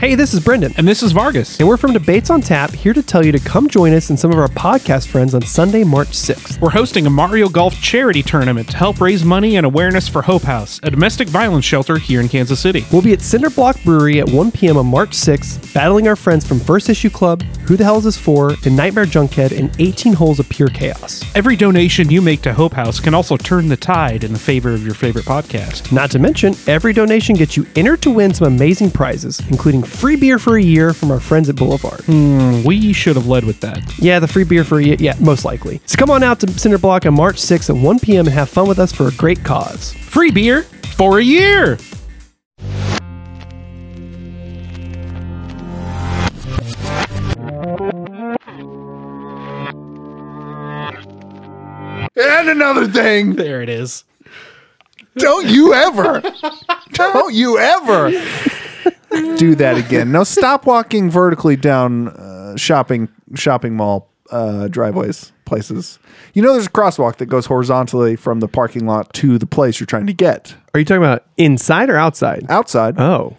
Hey, this is Brendan. And this is Vargas. And we're from Debates on Tap here to tell you to come join us and some of our podcast friends on Sunday, March 6th. We're hosting a Mario Golf charity tournament to help raise money and awareness for Hope House, a domestic violence shelter here in Kansas City. We'll be at Cinderblock Brewery at 1 p.m. on March 6th, battling our friends from First Issue Club, Who the Hell Is This For, and Nightmare Junkhead in 18 holes of pure chaos. Every donation you make to Hope House can also turn the tide in the favor of your favorite podcast. Not to mention, every donation gets you entered to win some amazing prizes, including free beer for a year from our friends at Boulevard. Hmm, We should have led with that. Yeah, the free beer for a year. Yeah, most likely. So come on out to Cinderblock on March 6th at 1 p.m. and have fun with us for a great cause. Free beer for a year! And another thing, There it is. don't you ever, don't you ever do that again. No, stop walking vertically down uh, shopping shopping mall uh, driveways places. You know, there's a crosswalk that goes horizontally from the parking lot to the place you're trying to get Are you talking about inside or outside? outside, Oh.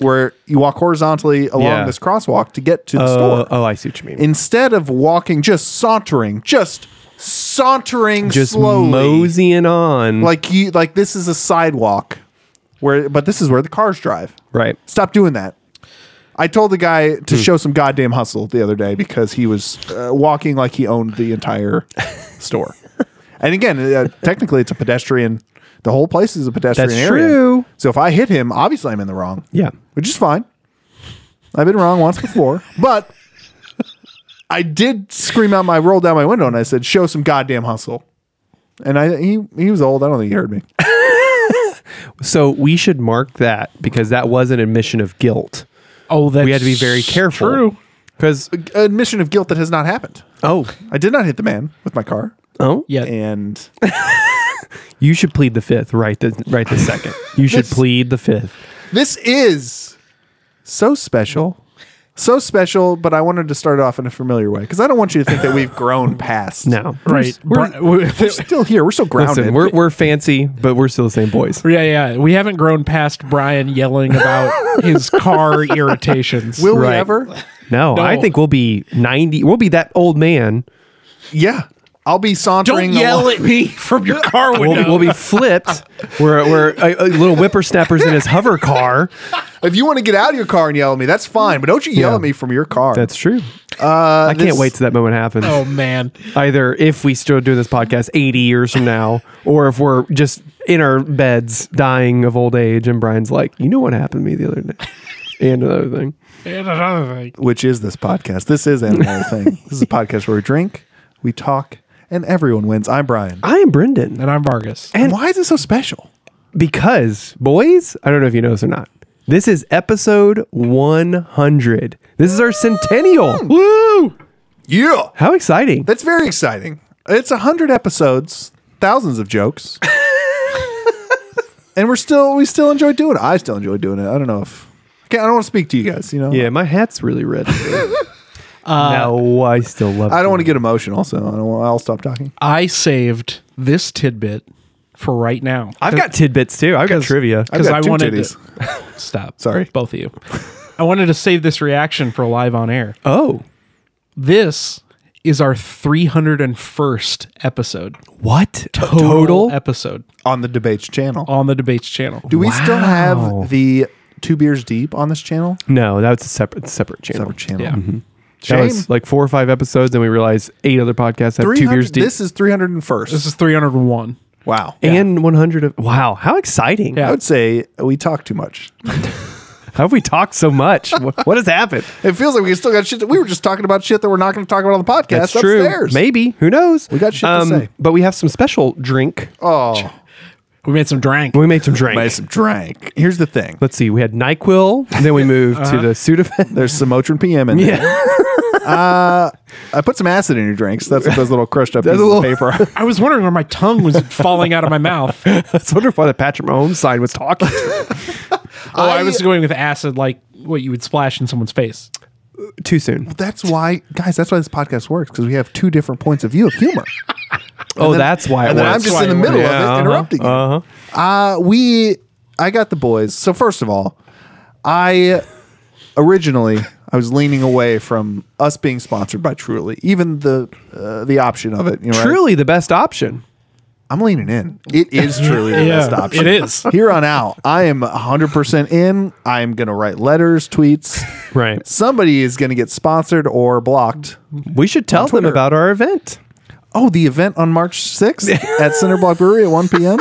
where you walk horizontally along Yeah. this crosswalk to get to the Oh, store. oh, I see what you mean. Instead of walking, just sauntering, just sauntering Just slowly. moseying on. like you like this is a sidewalk where but this is where the cars drive right. stop doing that i told the guy Hmm. to show some goddamn hustle the other day because he was uh, walking like he owned the entire store and again uh, technically it's a pedestrian the whole place is a pedestrian That's area true. so if i hit him obviously i'm in the wrong Yeah. which is fine i've been wrong once before but i did scream out my roll down my window and i said show some goddamn hustle and i he, he was old i don't think he heard me So we should mark that because that was an admission of guilt. Oh, that's We had to be very careful. True. Because admission of guilt that has not happened. oh I did not hit the man with my car, oh Yeah. and you should plead the fifth right the right the second. You should plead the fifth. this is so special, so special. But I wanted to start off in a familiar way because I don't want you to think that we've grown past. No. Right. we're, Bra- we- we're still here. We're so grounded. Listen, we're, we're fancy, but we're still the same boys. yeah, yeah. We haven't grown past Brian yelling about his car irritations. Will we right. ever? No, I No. think we'll be 90. We'll be that old man. Yeah, I'll be sauntering. Don't yell along- at me from your car window. We'll, we'll be flipped. We're, we're a, a little whippersnappers in his hover car. If you want to get out of your car and yell at me, that's fine. But don't you yell Yeah. at me from your car. That's true. uh, I can't wait till that moment happens. oh, man. Either if we still do this podcast 80 years from now, or if we're just in our beds dying of old age, and Brian's like, you know what happened to me the other day? And another thing. And another thing. which is this podcast. This is another thing. This is a podcast where we drink, we talk, and everyone wins. I'm Brian. I am Brendan. And I'm Vargas. And why is it so special? Because, boys, I don't know if you know this or not, this is episode 100. This is our centennial. Woo! Yeah. How exciting. That's very exciting. It's a hundred episodes, thousands of jokes, and we're still we still enjoy doing it. I still enjoy doing it. I don't know if okay. I don't want to speak to you guys. You know, Yeah, my hat's really red. no, I still love I don't want to get emotional, so I don't. Want, I'll stop talking. I saved this tidbit for right now. I've got tidbits too. I've got trivia. I've Because got I two wanted titties. to stop. Sorry. both of you. I wanted to save this reaction for live on air. Oh, This is our 301st episode, what? Total? episode on the debates channel. on the debates channel. Do we still Wow. have the two beers deep on this channel? No, that was a separate separate channel. Separate channel. yeah, That Shame. was like four or five episodes, then we realized eight other podcasts have two 300 beers deep This is three hundred and this first. is 301. Wow. and one hundred of wow. How exciting! Yeah. I would say we talk too much. How have we talked so much? what, what has happened? It feels like we still got shit. That, we were just talking about shit that we're not going to talk about on the podcast. That's true. Upstairs. Maybe who knows? We got shit to say. But we have some special drink. Oh, We made some drank. We made some drink. made some drank. Here's the thing. Let's see. We had Nyquil, and then we moved to the Sudafed. Uh-huh. There's some Motrin PM in there. Yeah. I put some acid in your drinks. That's what those little crushed up There's pieces a of little- paper. are. I was wondering where my tongue was falling out of my mouth. Oh, I was wondering why the Patrick Mahomes sign was talking. Oh, I, I- was going with acid, like what you would splash in someone's face. Too soon. that's why, guys. That's why this podcast works because we have two different points of view of humor. Oh, that's why. and it then I'm works. just why in the it middle works. of Yeah, it, interrupting uh-huh, you. Uh, we, I got the boys. So first of all, I originally I was leaning away from us being sponsored by Truly, even the uh, the option of it. You know, right? Truly the best option. I'm leaning in. It is truly the Yeah, best option. it is. Here on out, I am 100% in. I am going to write letters, tweets. Right. Somebody is going to get sponsored or blocked. We should tell them Twitter. about our event. Oh, the event on March 6th at Center Block Brewery at 1 p.m.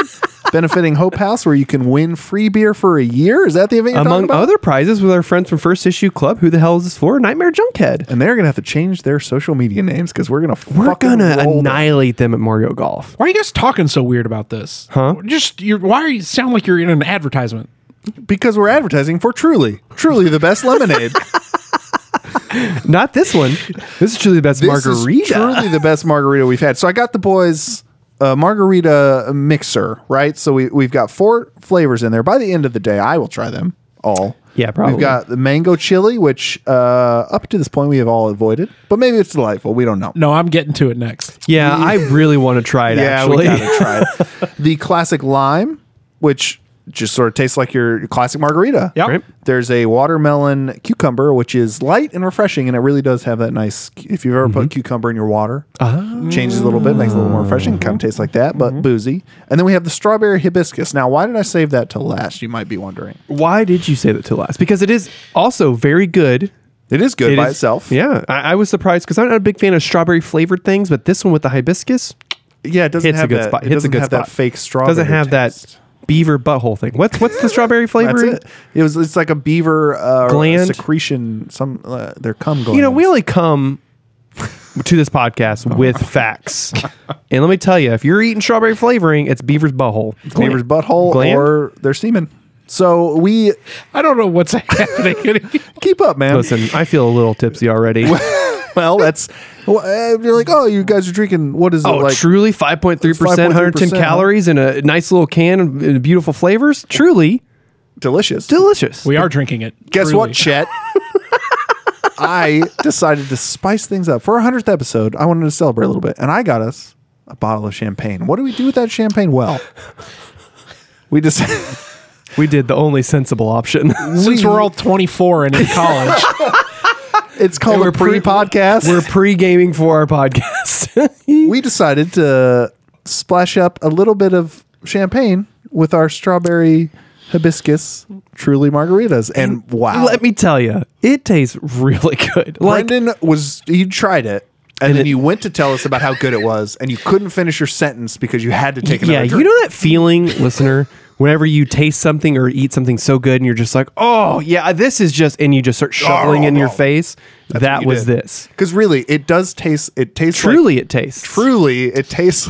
benefiting Hope House, where you can win free beer for a year. Is that the event you're talking Among about? other prizes with our friends from First Issue Club, who the hell is this for? Nightmare Junkhead. and they're going to have to change their social media names because we're going to We're gonna annihilate them at Mario Golf. Why are you guys talking so weird about this? Huh? Just you're, why are you sound like you're in an advertisement? because we're advertising for Truly. Truly the best lemonade. Not this one. This is truly the best This is margarita. truly the best margarita we've had. So I got the boys a margarita mixer, right? So we we've got four flavors in there. By the end of the day, I will try them all. Yeah, probably. We've got the mango chili, which uh, up to this point we have all avoided, but maybe it's delightful. We don't know. No, I'm getting to it next. yeah, I really want to try it. yeah, actually, we gotta try it. the classic lime, which just sort of tastes like your classic margarita. Yep. Right. There's a watermelon cucumber, which is light and refreshing, and it really does have that nice. If you've ever Mm-hmm. put cucumber in your water, Ah. changes a little bit, makes it a little more refreshing. Kind of tastes like that, Mm-hmm. but boozy. And then we have the strawberry hibiscus. Now, why did I save that to last? You might be wondering. Why did you say that to last? Because it is also very good It is good It by is- itself. Yeah, I, I was surprised because I'm not a big fan of strawberry flavored things, but this one with the hibiscus yeah. It doesn't hits a have good that. spot. It Hits a doesn't good have spot. that fake strawberry. doesn't have taste. that beaver butthole thing. What's what's the strawberry flavor? That's in it. It was. It's like a beaver uh, Gland? secretion. Some uh, their cum glands. You know, we only come to this podcast with facts, and let me tell you, if you're eating strawberry flavoring, it's beaver's butthole. beaver's butthole Gland? or their semen. So we I don't know what's happening. keep up, man. Listen, I feel a little tipsy already. well, that's well, uh, you're like, oh, you guys are drinking. What is it Oh, like? truly 5.3%, 110 5.3%, huh? calories in a nice little can of uh, beautiful flavors. Truly Delicious. delicious. we are drinking it. Guess truly. what, Chet? I decided to spice things up for our hundredth episode. I wanted to celebrate a little bit, and I got us a bottle of champagne. What do we do with that champagne? Well, we just We did the only sensible option. Since we're all 24 and in college, it's called we're a pre- pre-podcast. We're pre gaming for our podcast. we decided to splash up a little bit of champagne with our strawberry hibiscus truly margaritas and wow Let me tell you, it tastes really good. Like, Brendan was you tried it and, then you went to tell us about how good it was and you couldn't finish your sentence because you had to take another yeah, drink. you know that feeling, listener, whenever you taste something or eat something so good and you're just like, oh, yeah, this is just, and you just start Oh, shoveling in your face. that you was did. this. Because really, it does taste. It tastes like- Truly, it tastes. truly, it tastes.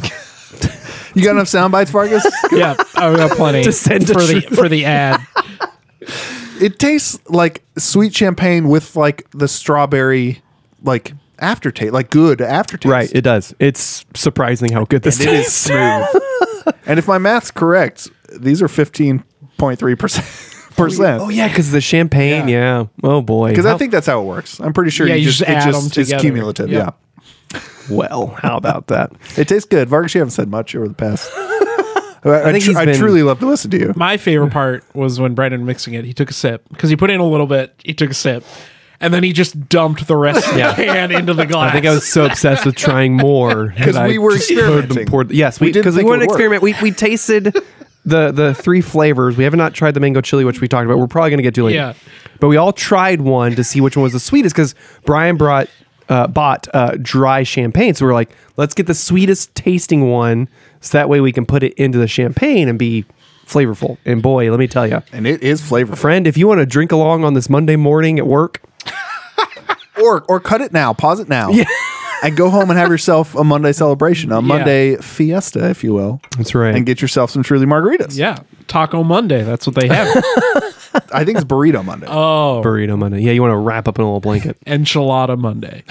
you got enough sound bites, Vargas? yeah, I got plenty Just send a for the truly. for the ad. it tastes like sweet champagne with like the strawberry, like aftertaste, like good aftertaste. Right, it does. It's surprising how good this And it is tastes. smooth. and if my math's correct, these are fifteen point three percent. Percent. Oh yeah, because the champagne. Yeah. Oh boy. Because How- I think that's how it works. I'm pretty sure Yeah, you, you just, just it add just them it's together. cumulative. Yeah. Yeah, well, how about that? it tastes good. Vargas, you haven't said much over the past. I, I think tr- he's I been- truly love to listen to you. My favorite part was when Brendan mixing it. He took a sip because he put in a little bit. He took a sip, and then he just dumped the rest of Yeah. the can into the glass. I think I was so obsessed with trying more because we were experimenting. yes, we We didn't because we, think wanted it to would work. experiment. We we tasted the the three flavors. We have not tried the mango chili, which we talked about. We're probably gonna get to later. Yeah. But we all tried one to see which one was the sweetest because Brian brought uh, bought uh, dry champagne, so we were like, let's get the sweetest tasting one, so that way we can put it into the champagne and be flavorful. And boy, let me tell you, And it is flavorful. friend, if you want to drink along on this Monday morning at work, Or or cut it now. Pause it now. And go home and have yourself a Monday celebration, a Monday fiesta, if you will. That's right. And get yourself some truly margaritas. yeah, Taco Monday. That's what they have. I think it's burrito Monday. Oh. burrito Monday. Yeah, you want to wrap up in a little blanket. Enchilada Monday.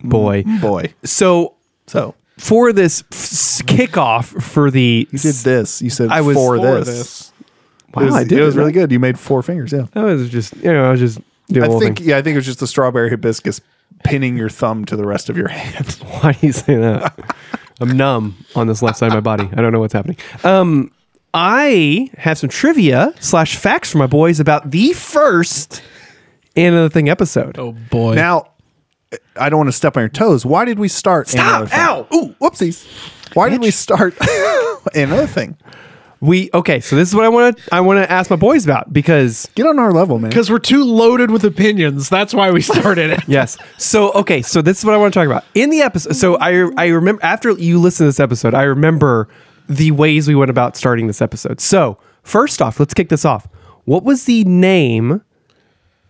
boy. Boy. So So for this f- s- kickoff for the you did this. You said I was for, for this. this. Wow, it was, I did it was it. really good. You made four fingers. Yeah. that was just you know I was just doing I a think think, yeah, I think it was just the strawberry hibiscus pinning your thumb to the rest of your hand. Why do you say that? I'm numb on this left side of my body. I don't know what's happening. Um, I have some trivia slash facts for my boys about the first Another Thing episode. Oh boy. Now, I don't want to step on your toes. Why did we start? Stop! Ow! Ooh, whoopsies. Why did we start another thing? We okay, so this is what I want to I want to ask my boys about because Get on our level, man. because we're too loaded with opinions. That's why we started it. yes. So okay, so this is what I want to talk about in the episode. So I I remember after you listen to this episode, I remember the ways we went about starting this episode. So first off, let's kick this off. What was the name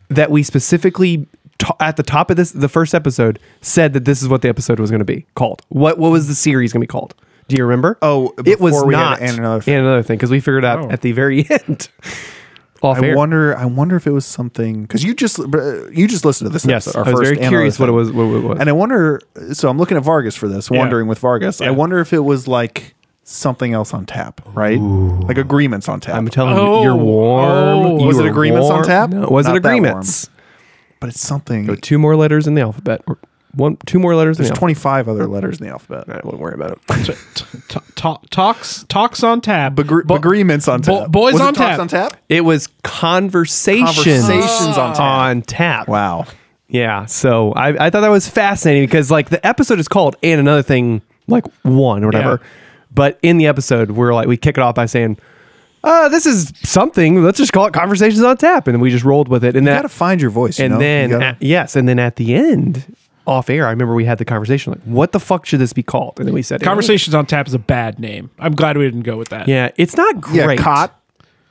that we specifically ta- at the top of this the first episode said that this is what the episode was going to be called? What what was the series going to be called? Do you remember? Oh, it was before we had not And Another Thing. because we figured out Oh. at the very end. Off I air. wonder. I wonder if it was something because you just you just listened to this Yes, episode. our I was first very and curious other what it thing. was. What it was. And I wonder. So I'm looking at Vargas for this. Wondering with Vargas. Yeah. I wonder if it was like something else on tap, right? Like agreements on tap. I'm telling you, Oh. you're warm. Oh. You Was it were agreements on warm. tap? No, it wasn't Not that agreements. but it's something. There were two more letters in the alphabet. Or one, two more letters There's in the 25 other letters in the alphabet. alphabet. I wouldn't worry about it. T- t- t- talks talks on tap. Begr- Bo- agreements on bo- tap. boys Was it on talks tap. on tap. It was conversations, Conversations on tap. on tap. Wow. Yeah. So I, I thought that was fascinating because like the episode is called and another thing like one or whatever, Yeah. but in the episode we're like we kick it off by saying. Uh, this is something. Let's just call it conversations on tap, and we just rolled with it. And You that gotta find your voice. you and know? You then gotta- at- yes, and then at the end, off air, I remember we had the conversation like, "What the fuck should this be called?" And then we said, Conversations on tap is a bad name. I'm glad we didn't go with that. Yeah, it's not yeah, great. cot.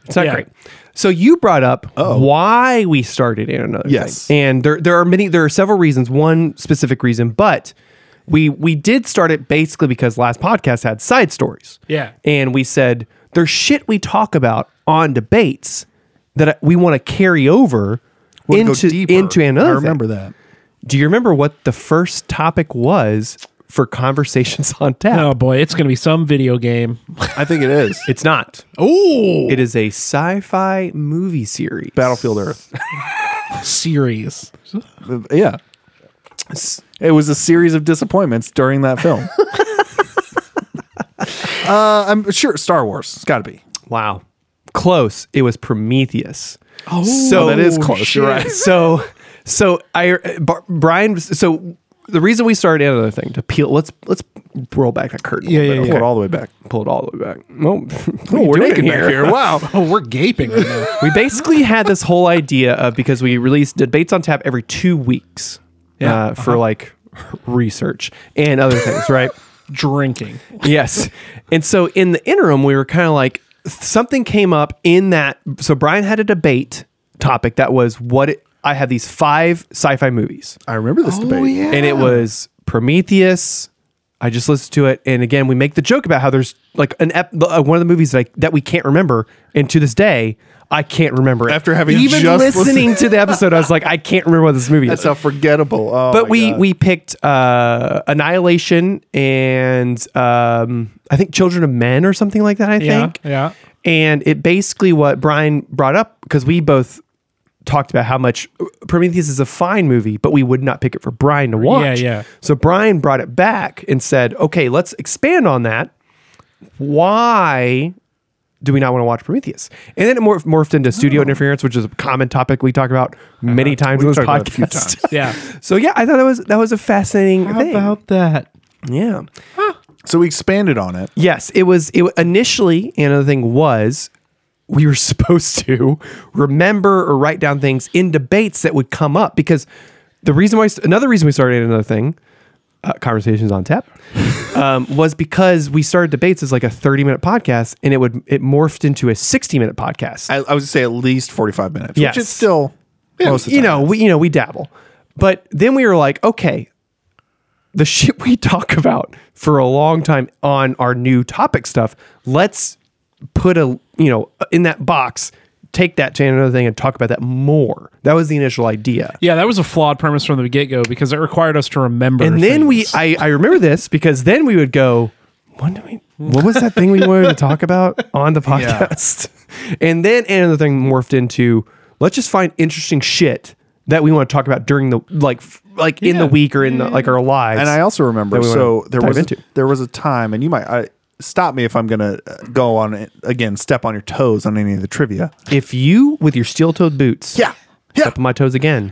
It's not Yeah. great. So you brought up Uh-oh. why we started in another Yes. thing, and there there are many there are several reasons. One specific reason, but we we did start it basically because last podcast had side stories. Yeah. and we said there's shit we talk about on debates that we want to carry over Wanna go into deeper. into another. I thing. remember that. Do you remember what the first topic was for conversations on tap? Oh boy, it's gonna be some video game. I think it is. It's not. Oh, It is a sci-fi movie series. Battlefield Earth. series. Yeah. It was a series of disappointments during that film. uh, I'm sure Star Wars. It's got to be. Wow. Close. It was Prometheus. Oh, Oh, that is close. You're right. so, so I, Bar- Brian, so the reason we started another thing to peel, let's, let's roll back that curtain. a Yeah, little yeah, bit. Pull it all the way back. Pull it all the way back. Oh, we're naked back here. Wow. Oh, we're gaping right now. we basically had this whole idea of because we released debates on tap every two weeks uh, for like research and other things, right? Drinking. yes. And so in the interim, we were kind of like something came up in that. So Brian had a debate topic that was what it, I have these five sci-fi movies, I remember Oh, this debate. and it was Prometheus. I just listened to it, and again, we make the joke about how there's like an ep- uh, one of the movies that I, that we can't remember, and to this day, I can't remember it. After having even just listening listened- to the episode, I was like, I can't remember what this movie That's is how forgettable. Oh, but my we God. we picked uh, Annihilation and um, I think Children of Men or something like that. I Yeah, think. yeah. And it basically what Brian brought up because we both talked about how much uh, Prometheus is a fine movie, but we would not pick it for Brian to watch. yeah. So Brian brought it back and said, "Okay, let's expand on that. Why do we not want to watch Prometheus? And then it morph- morphed into studio interference, which is a common topic we talk about many times on this Oh. Uh-huh. talked about it a few podcast. Yeah. so yeah, I thought that was that was a fascinating thing. that? yeah. so we expanded on it. Yes, it was. It wa- initially another thing was we were supposed to remember or write down things in debates that would come up because the reason why another reason we started another thing uh, conversations on tap um, was because we started debates as like a 30 minute podcast and it would it morphed into a 60 minute podcast I, I would say at least 45 minutes, Yes. which is still most of the you time. know, we you know, we dabble. But then we were like, okay, the shit we talk about for a long time on our new topic stuff, let's put a you know in that box, take that to another thing and talk about that more. That was the initial idea. Yeah, that was a flawed premise from the get go because it required us to remember. And then we things. I, I remember this because then we would go, when do we what was that thing we wanted to talk about on the podcast? And then another thing morphed into let's just find interesting shit that we want to talk about during the like f- like in the Yeah. week or in the, like our lives. and I also remember. that we wanna So there dive was a, into. there was a time, and you might I stop me if I'm gonna uh, go on it again. Step on your toes on any of the trivia. If you with your steel-toed boots, Yeah, yeah. step on my toes again.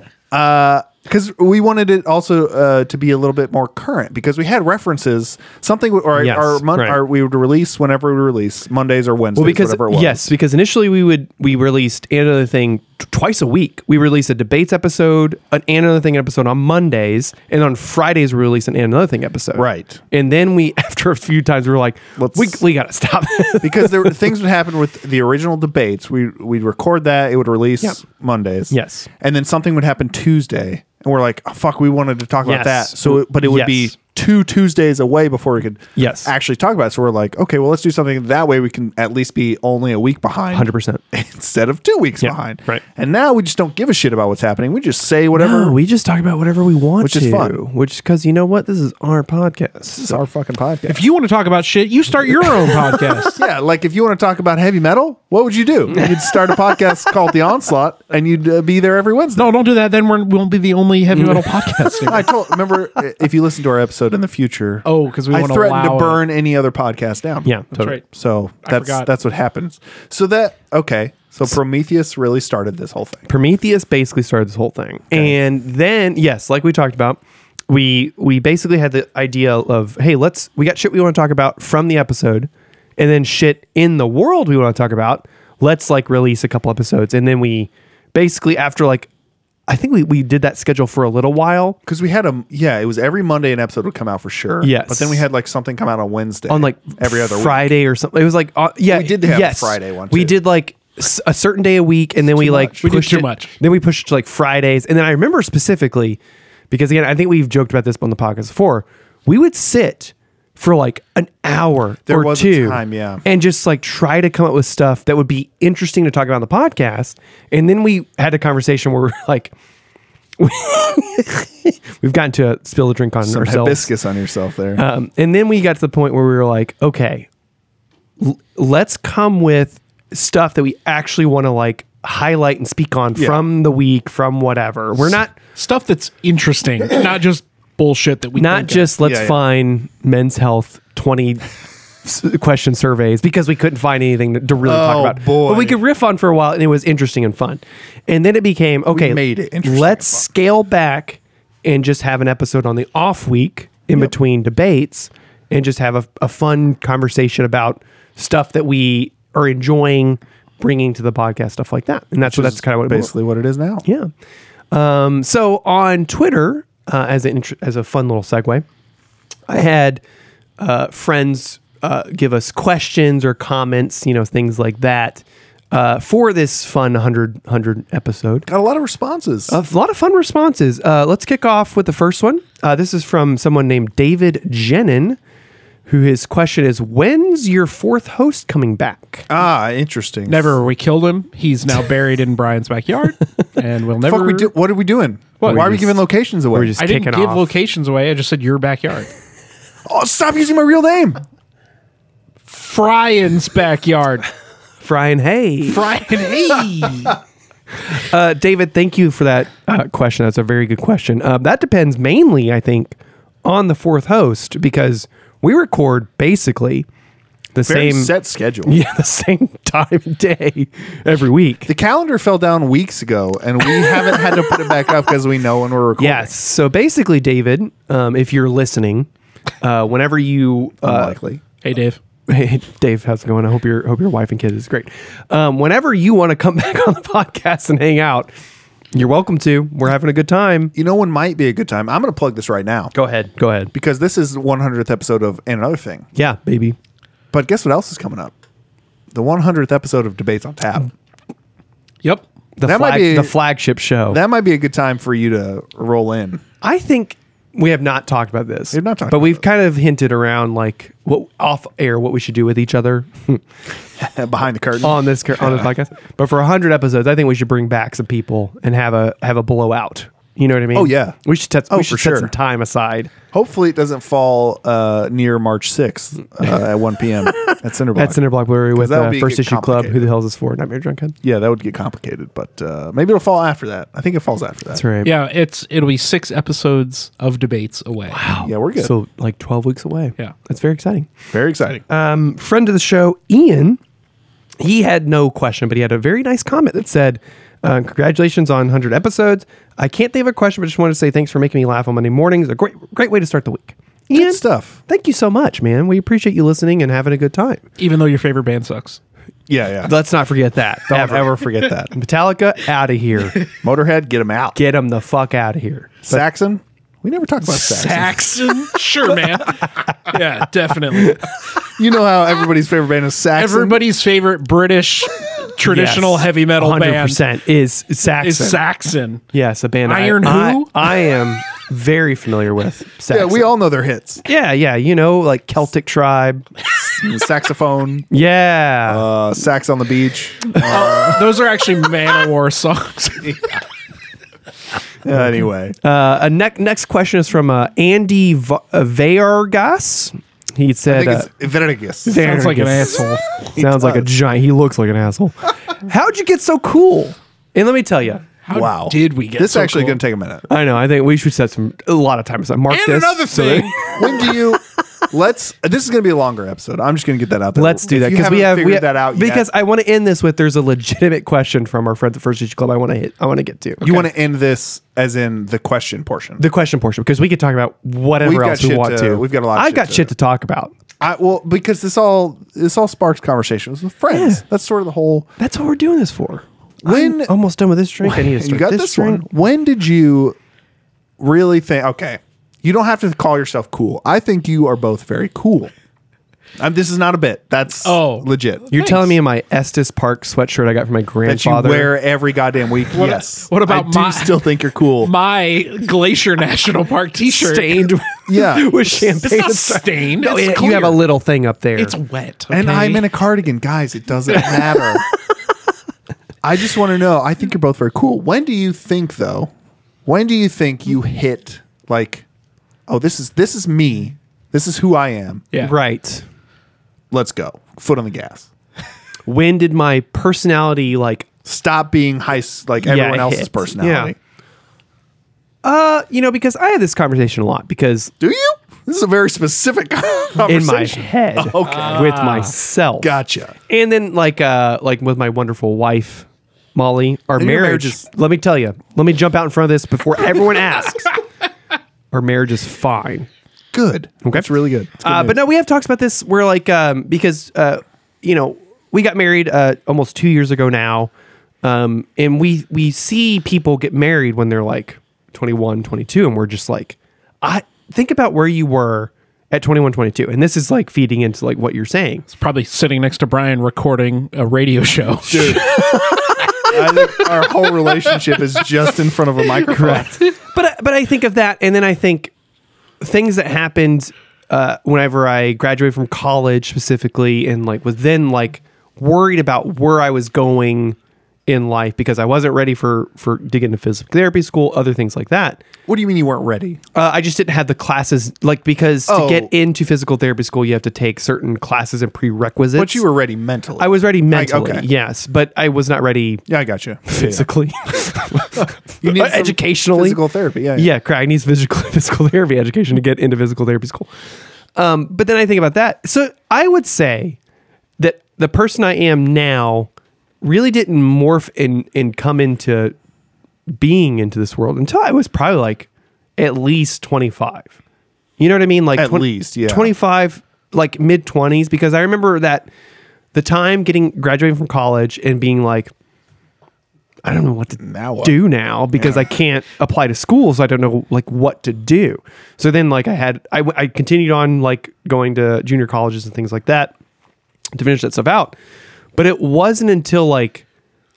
Because we wanted it also uh, to be a little bit more current because we had references something w- or Yes, our, mon- right. our we would release whenever we release Mondays or Wednesdays. Well, because whatever it was. yes, because initially we would we released and another thing t- twice a week. We released a debates episode, an and another thing episode on Mondays, and on Fridays we released an and another thing episode. Right. And then we, after a few times, we were like, Let's- we we gotta stop. because there were things would happen with the original debates. We we'd record that, it would release Yep. Mondays. Yes. And then something would happen Tuesday. And we're like, oh, fuck, we wanted to talk about that. Yes. So it, but it would be Yes. two Tuesdays away before we could Yes. actually talk about it. So we're like, okay, well let's do something that way we can at least be only a week behind. Hundred percent. Instead of two weeks Yeah, behind. right. And now we just don't give a shit about what's happening. We just say whatever No, we just talk about whatever we want, Which is to, fun. Which because you know what, this is our podcast. This is our fucking podcast. If you want to talk about shit, you start your own podcast. yeah, like if you want to talk about heavy metal, what would you do? You'd start a podcast called The Onslaught, and you'd uh, be there every Wednesday. No, don't do that. Then we're, we won't be the only heavy metal podcast. here. I told. Remember, i- if you listen to our episode in the future, Oh, 'cause we I wanna threatened allow to it. burn any other podcast down. Yeah, That's right. So that's forgot. that's what happens. So that okay. So Prometheus really started this whole thing. Prometheus basically started this whole thing, and then yes, like we talked about, we we basically had the idea of hey, let's we got shit we want to talk about from the episode, and then shit in the world we want to talk about. Let's like release a couple episodes, and then we basically after like I think we we did that schedule for a little while Because we had a yeah, it was every Monday an episode would come out for sure. Yes. but then we had like something come out on Wednesday on like every other week. Friday or something. It was like uh, yeah, We did have a yes. Friday one, We too. did like s- a certain day a week, and then we like much. We did pushed too it- much. Then we pushed it to like Fridays, and then I remember specifically because again, I think we've joked about this on the podcast before. We would sit for like an hour There or was a two, time, yeah. and just like try to come up with stuff that would be interesting to talk about on the podcast, and then we had a conversation where we're like. We've gotten to spill the drink on Some ourselves. hibiscus on yourself there. Um, and then we got to the point where we were like, okay, l- let's come with stuff that we actually want to like highlight and speak on Yeah. from the week, from whatever. We're not Stuff that's interesting, not just bullshit that we not think of. just let's Yeah, yeah. find men's health twenty s- question surveys because we couldn't find anything to, to really Oh, talk about. boy. But we could riff on for a while, and it was interesting and fun. And then it became okay. made it interesting let's and fun. scale back and just have an episode on the off week in between debates, and just have a, a fun conversation about stuff that we are enjoying bringing to the podcast, stuff like that. And that's what that's kind of what it was. basically what it is now. Yeah. Um, so on Twitter, uh, as an intro, as a fun little segue, I had uh, friends uh, give us questions or comments, you know, things like that, uh, for this fun 100, 100 episode. Got a lot of responses. A lot of fun responses. Uh, let's kick off with the first one. Uh, this is from someone named David Jenin, who his question is, "When's your fourth host coming back?" ah, interesting. Never we killed him. He's now buried in Brian's backyard, and we'll never. Fuck, we do, what are we doing? What? Why We are we just- giving locations away? We're just I didn't kicking give off. locations away. I just said your backyard, oh, stop using my real name. Brian's backyard. Brian, hey. Brian, hey, Uh, David, thank you for that uh, question. That's a very good question. Uh, that depends mainly, I think, on the fourth host because we record basically the Very same set schedule. yeah, the same time of day every week. The calendar fell down weeks ago, and we haven't had to put it back up because we know when we're recording. Yes. So basically, David, um, if you're listening, uh, whenever you uh, Unlikely. hey Dave. Hey Dave, how's it going? I hope your hope your wife and kid is great. Um, whenever you want to come back on the podcast and hang out, you're welcome to. We're having a good time. You know when might be a good time. I'm going to plug this right now Go ahead. Go ahead. because this is the 100th episode of And Another Thing. Yeah, baby. But guess what else is coming up? The 100th episode of Debates on Tap. Mm. Yep. The That might flag- be- the flagship show. That might be a good time for you to roll in. I think we have not talked about this. We've not talked but about we've this. kind of hinted around like what off air what we should do with each other Behind the curtain. on this cur- on this podcast. But for hundred episodes, I think we should bring back some people and have a have a blowout You know what I mean? Oh, yeah. We should set, Oh, we should for set sure. some time aside. Hopefully, it doesn't fall uh, near March 6th uh, at 1 p.m. at Cinder Block. That's Cinder Block Brewery with that would uh, be- First get Issue Club. Who complicated. the hell is this for? Nightmare Drunkhead. yeah, that would get complicated, but uh, maybe it'll fall after that. I think it falls after that. That's right. Yeah, it's it'll be six episodes of debates away. Wow. Yeah, we're good. So like 12 weeks away. Yeah. That's very exciting. Very exciting. Um, friend of the show, Ian, he had no question, but he had a very nice comment that said, uh, congratulations on 100 episodes. I can't think of a question, but just wanted to say thanks for making me laugh on Monday mornings. A great, great way to start the week. Ian, stuff. Thank you so much, man. We appreciate you listening and having a good time. Even though your favorite band sucks. yeah, yeah. Let's not forget that. Don't ever. forget that. Metallica out of here. Motorhead, get him out. Get them the fuck out of here. Saxon. We never talk about Saxon. Saxon? sure, man. Yeah, definitely. you know how everybody's favorite band is Saxon. Everybody's favorite British traditional Yes. heavy metal band is Saxon. is Saxon. yes, a band I- Iron I, Who? I, am very familiar with. yeah, Saxon. we all know their hits. Yeah, yeah, you know, like Celtic tribe. saxophone, Yeah. uh, sax on the beach. Uh, Those are actually Manowar songs. anyway, Uh, a nec- next question is from uh, Andy v- uh, Vargas. He I said, think uh, it's Vertigus. Sounds like an Vargas. asshole. Sounds like a does. giant. He looks like an asshole. How'd you get so cool? And let me tell you, How wow. did we get this? so actually cool? going to take a minute. I know. I think we should set some a lot of time aside. Mark And this. another so that- thing. when do you? Let's. uh, This is going to be a longer episode. I'm just going to get that out there. Let's do If that you because we haven't have we figured have, that out. because yet, I want to end this with there's a legitimate question from our friends at First Issue Club. I want to hit. I want to get to you want to end this as in the question portion. the question portion because we could talk about whatever We've got else we shit want to, to- we've got a lot of I shit got to- shit to talk about. I, well, because this all this all sparks conversations with friends. That's sort of the whole. That's what we're doing this for. When- I'm almost done with this drink, I need to And you start got this, this, one. drink. When did you really think? Okay, you don't have to call yourself cool. I think you are both very cool. Um, this is not a bit. That's Oh. legit. You're Thanks. telling me in my Estes Park sweatshirt I got from my that you grandfather. wear every goddamn week. yes. what about I do my- still think you're cool? My Glacier National Park T-shirt stained Yeah. with champagne. It's not and stuff. stained. No, It's it- you clear. have a little thing up there. It's wet. and okay? I'm in a cardigan, guys. It doesn't matter. I just want to know. I think you're both very cool. When do you think though? When do you think you hit like, oh, this is this is me. This is who I am. yeah. right. Let's go. Foot on the gas. When did my personality like Stop being high s- like everyone it else's hits. personality. Uh, you know, because I have this conversation a lot because Do you? This is a very specific conversation. in my head Okay. Ah. with myself. Gotcha. And then like uh like with my wonderful wife Molly, our your marriage, marriage is is- let me tell you. Let me jump out in front of this before everyone asks. our marriage is fine. Good. Okay. It's really good. It's good Uh, news. but no, we have talks about this. We're like, um, because uh, you know, we got married uh, almost two years ago now, um, and we we see people get married when they're like 21, 22, and we're just like, I think about where you were at 21, 22, and this is like feeding into like what you're saying. probably sitting next to Brian recording a radio show. Dude. I think our whole relationship is just in front of a microphone. but I- but I think of that, and then I think things that happened uh, whenever I graduated from college specifically, and like was then like worried about where I was going in life because I wasn't ready for for to get into physical therapy school, other things like that. What do you mean you weren't ready? Uh, I just didn't have the classes like because Oh. to get into physical therapy school, you have to take certain classes and prerequisites. But you were ready mentally. I was ready mentally, okay. yes, but I was not ready Yeah, I got you. physically. You Uh, some educationally? physical therapy. Yeah, yeah, cry needs physical physical therapy education to get into physical therapy school. Um, but then I think about that. So I would say that the person I am now really didn't morph and and come into being into this world until I was probably like at least twenty five. You know what I mean? Like At least, yeah. twenty five, like mid twenties. Because I remember that the time getting graduating from college and being like. I don't know what to Now what? do now because I can't apply to school, so I don't know like what to do. So then, like I had, I, w- I continued on like going to junior colleges and things like that to finish that stuff out. But it wasn't until like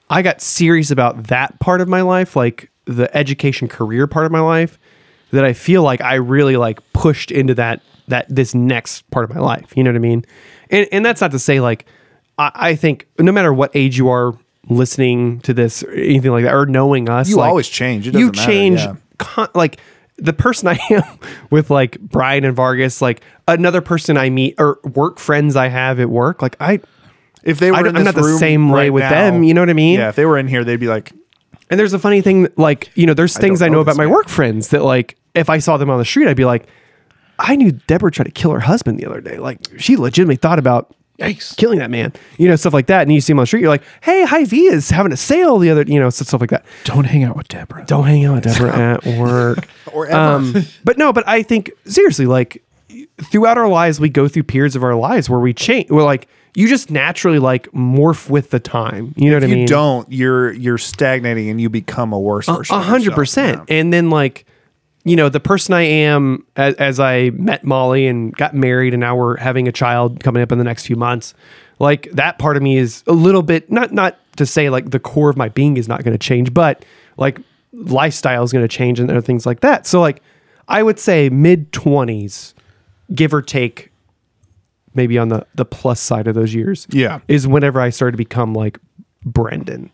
I got serious about that part of my life, like the education career part of my life, that I feel like I really like pushed into that that this next part of my life. You know what I mean? And and that's not to say like I, I think no matter what age you are listening to this or anything like that or knowing us. You like, always change. It you doesn't matter, change yeah. con- like the person I am with like Brian and Vargas, like another person I meet or work friends I have at work. Like I If they were I in don't- this I'm not the room same way right with now- them, you know what I mean? Yeah, if they were in here, they'd be like, And there's a funny thing, like, you know, there's things I, don't know, know about this my man. work friends that, like, if I saw them on the street, I'd be like, I knew Deborah tried to kill her husband the other day. Like, she legitimately thought about Yikes. killing that man, you know, stuff like that. And you see him on the street, you're like, hey, Hy V is having a sale the other, you know, stuff, stuff like that. Don't hang out with Deborah. Don't hang out with Deborah at work. or ever. Um, but no, but I think, seriously, like, throughout our lives, we go through periods of our lives where we change. We're like, you just naturally, like, morph with the time. You know what I if you mean? don't, you're you're stagnating and you become a worse version. A of hundred yourself. percent. And then like, you know, the person I am as, as I met Molly and got married, and now we're having a child coming up in the next few months. Like that part of me is a little bit not not to say like the core of my being is not going to change, but like lifestyle is going to change and other things like that. So like, I would say mid twenties, give or take, maybe on the the plus side of those years. Yeah. is whenever I started to become like Brendan.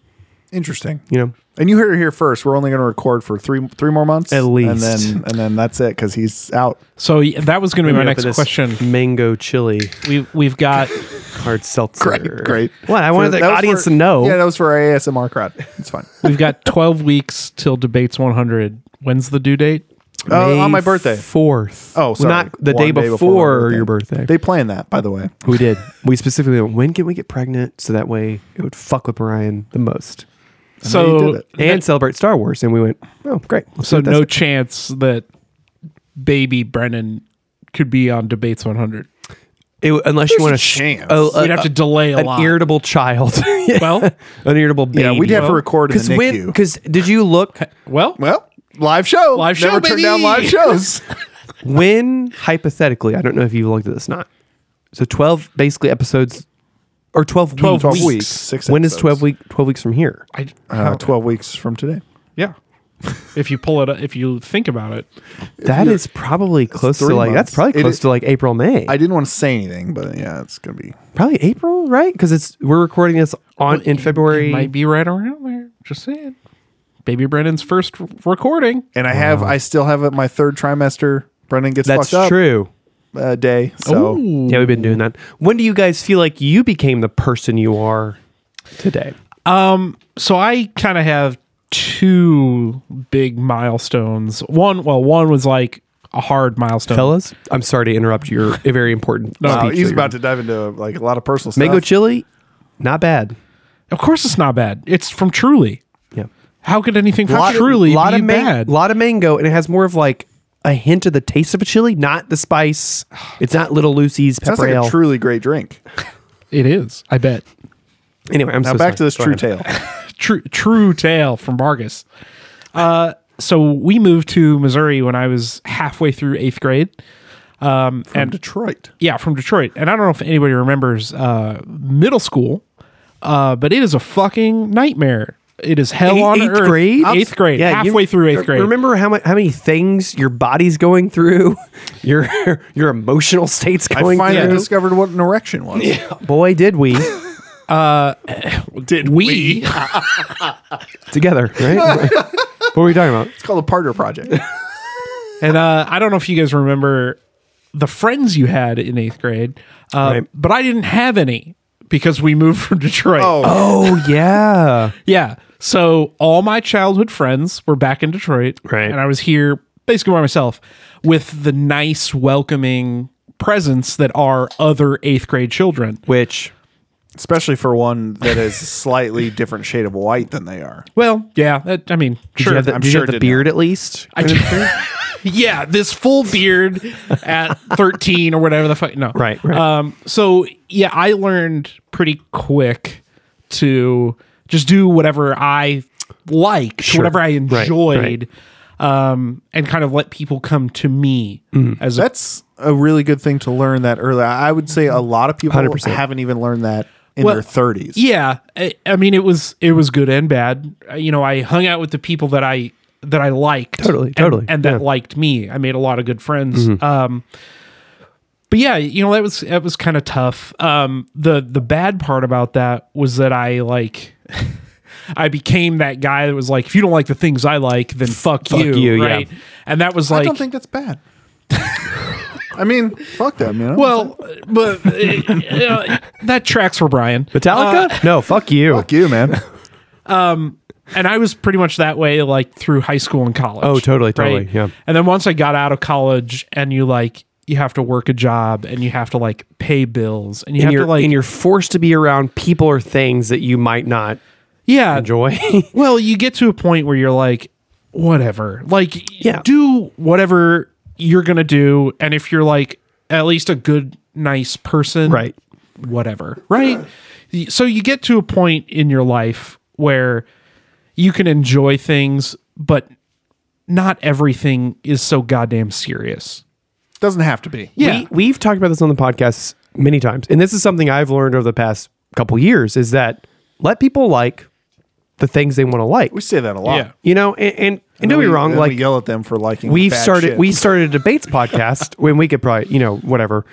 Interesting. You know, And you heard it here first. We're only going to record for three three more months At and least. then and then that's it because he's out. So y- that was going to be my Let me next open this question. Mango chili. We we've got hard seltzer. Great, great. What I For- wanted the that was audience for- to know. Yeah, that was for our ASMR crowd. It's fine. we've got 12 weeks till debates 100. When's the due date? Oh, on my birthday. fourth. Oh, sorry. not the One day, my before your birthday. They plan that, by the way. we did. We specifically went, when can we get pregnant so that way it would fuck with Brian the most know you So did it. and celebrate Star Wars. And we went, oh great. Let's so do it this no chance that baby Brennan could be on debates 100. way. It- unless you There's want a to chance. We'd have to delay a uh, an lot. irritable child. Yeah. Well- an irritable baby. Yeah, we'd have to record in because the NICU. when because did you look well, well, live show. Live show, Never turn down baby. live shows. when hypothetically? I don't know if you looked at this or not. So twelve basically episodes or twelve 12 weeks. Twelve Weeks. weeks. Six When is episodes. 12 week 12 weeks from here I, Uh, Twelve weeks from today. yeah. if you pull it up, if you think about it, that is probably close to three like that's months. probably It close is- to like april may I didn't want to say anything, but yeah, it's gonna be. probably april right because it's we're recording this on in february it might be right around there. Just saying. Baby Brennan's first r- recording. And I have, I still have it. My third trimester. Brendan gets that's fucked true up uh, day. So yeah we've been doing that when do you guys feel like you became the person you are today Um, so I kind of have two big milestones. One, well, one was like a hard milestone. fellas i'm sorry to interrupt your a very important No, Wow, speech he's that about to dive into like a lot of personal you're- mango stuff. chili not bad Of course, it's not bad. It's from Truly. yeah How could anything from lot of- Truly lot be of man- bad? lot of mango, and it has more of like a hint of the taste of a chili, not the spice. It's not Little Lucy's Sounds pepper like ale. a truly great drink. it is. I bet. anyway, I'm Now so back to sorry. this Go true ahead. tale. True, true tale from Vargas. Uh, so we moved to Missouri when I was halfway through eighth grade. Um, and Detroit. Yeah, from Detroit. And I don't know if anybody remembers uh, middle school, uh, but it is a fucking nightmare. It is hell Eight- on E- eighth earth. grade, Eighth grade. you- halfway through eighth re- grade. Remember how much how many things your body's going through, your your emotional state's I going finally through. discovered what an erection was. Boy, did we Did we? together, right? what were we talking about? It's called a partner project. and uh, I don't know if you guys remember the friends you had in eighth grade, uh, Right. but I didn't have any because we moved from Detroit. Oh, Oh yeah, Yeah. So all my childhood friends were back in Detroit. Right. And I was here basically by myself with the nice, welcoming presence that are other eighth grade children. which especially for one that is slightly different shade of white than they are. Well, yeah. That, I mean, did you sure. have the, I'm did you sure have it the did not. beard at least? I- yeah. This full beard at 13 or whatever the fuck. No. Right, right. Um, so, yeah, I learned pretty quick to just do whatever I liked, whatever I Right, right. enjoyed. Um, and kind of let people come to me Mm-hmm. as a That's a really good thing to learn that early. I would say a lot of people 100%. haven't even learned that in Well, their 30s. Yeah, I, I mean it was it was good and bad. Uh, You know, I hung out with the people that I that I liked Totally, and- totally, and, that yeah. Mm-hmm. liked me. I made a lot of good friends. Um, but yeah, you know that was that was kind of tough. Um, the the bad part about that was that I like I became that guy that was like, if you don't like the things I like, then fuck, you, you, yeah. right? And that was like, I don't think that's bad. I mean, fuck them, you know? well, but uh, uh, that tracks for Brian. Uh, Metallica? no, fuck you. fuck you, man. and I was pretty much that way like through high school and college. Oh, totally, totally, yeah. And then once I got out of college, and you like you have to work a job, and you have to like pay bills, and you And have you're, to like and you're forced to be around people or things that you might not yeah. enjoy. Well, you get to a point where you're like, whatever, like Yeah. do whatever you're gonna do, and if you're like at least a good, nice person, Right. Whatever, right? Y- So you get to a point in your life where you can enjoy things, but not everything is so goddamn serious. Doesn't have to be. Yeah. we, we've talked about this on the podcast many times and this is something i've learned over the past couple years is that let people like the things they want to like We say that a lot. Yeah. you know and and, and don't we, be wrong then like we yell at them for liking. we've bad started shit. we started a debates podcast when we could probably you know whatever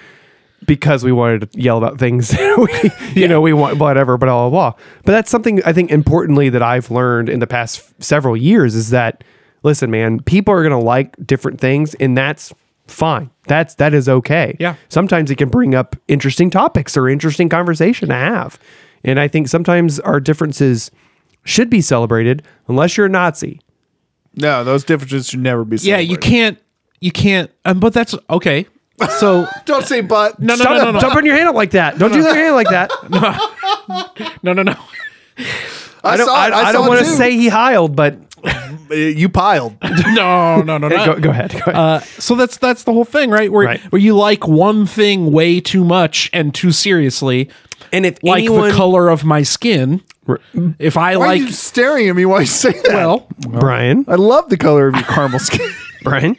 because we wanted to yell about things we, you know we want whatever but blah, blah blah but that's something i think importantly that i've learned in the past f- several years is that listen man people are going to like different things and that's fine that's that is okay Yeah. sometimes it can bring up interesting topics or interesting conversation to have and i think sometimes our differences should be celebrated unless you're a nazi No, those differences should never be. Yeah, you celebrated. can't, you can't, um, but that's okay. So Don't say but. no, no, Stop no, no, it. no, Don't burn your hand up like that. Don't do your hand like that. no, no, no. I, I don't, saw I, it, I saw don't it want to too. say he hiled, but Uh, you piled. No, no, no, no. go, go ahead. Go ahead. Uh, so that's that's the whole thing, right? Where Right. where you like one thing way too much and too seriously, and if like anyone, the color of my skin. If I Why like, are you staring at me while you say that? well, Brian, I love the color of your caramel skin. Brian.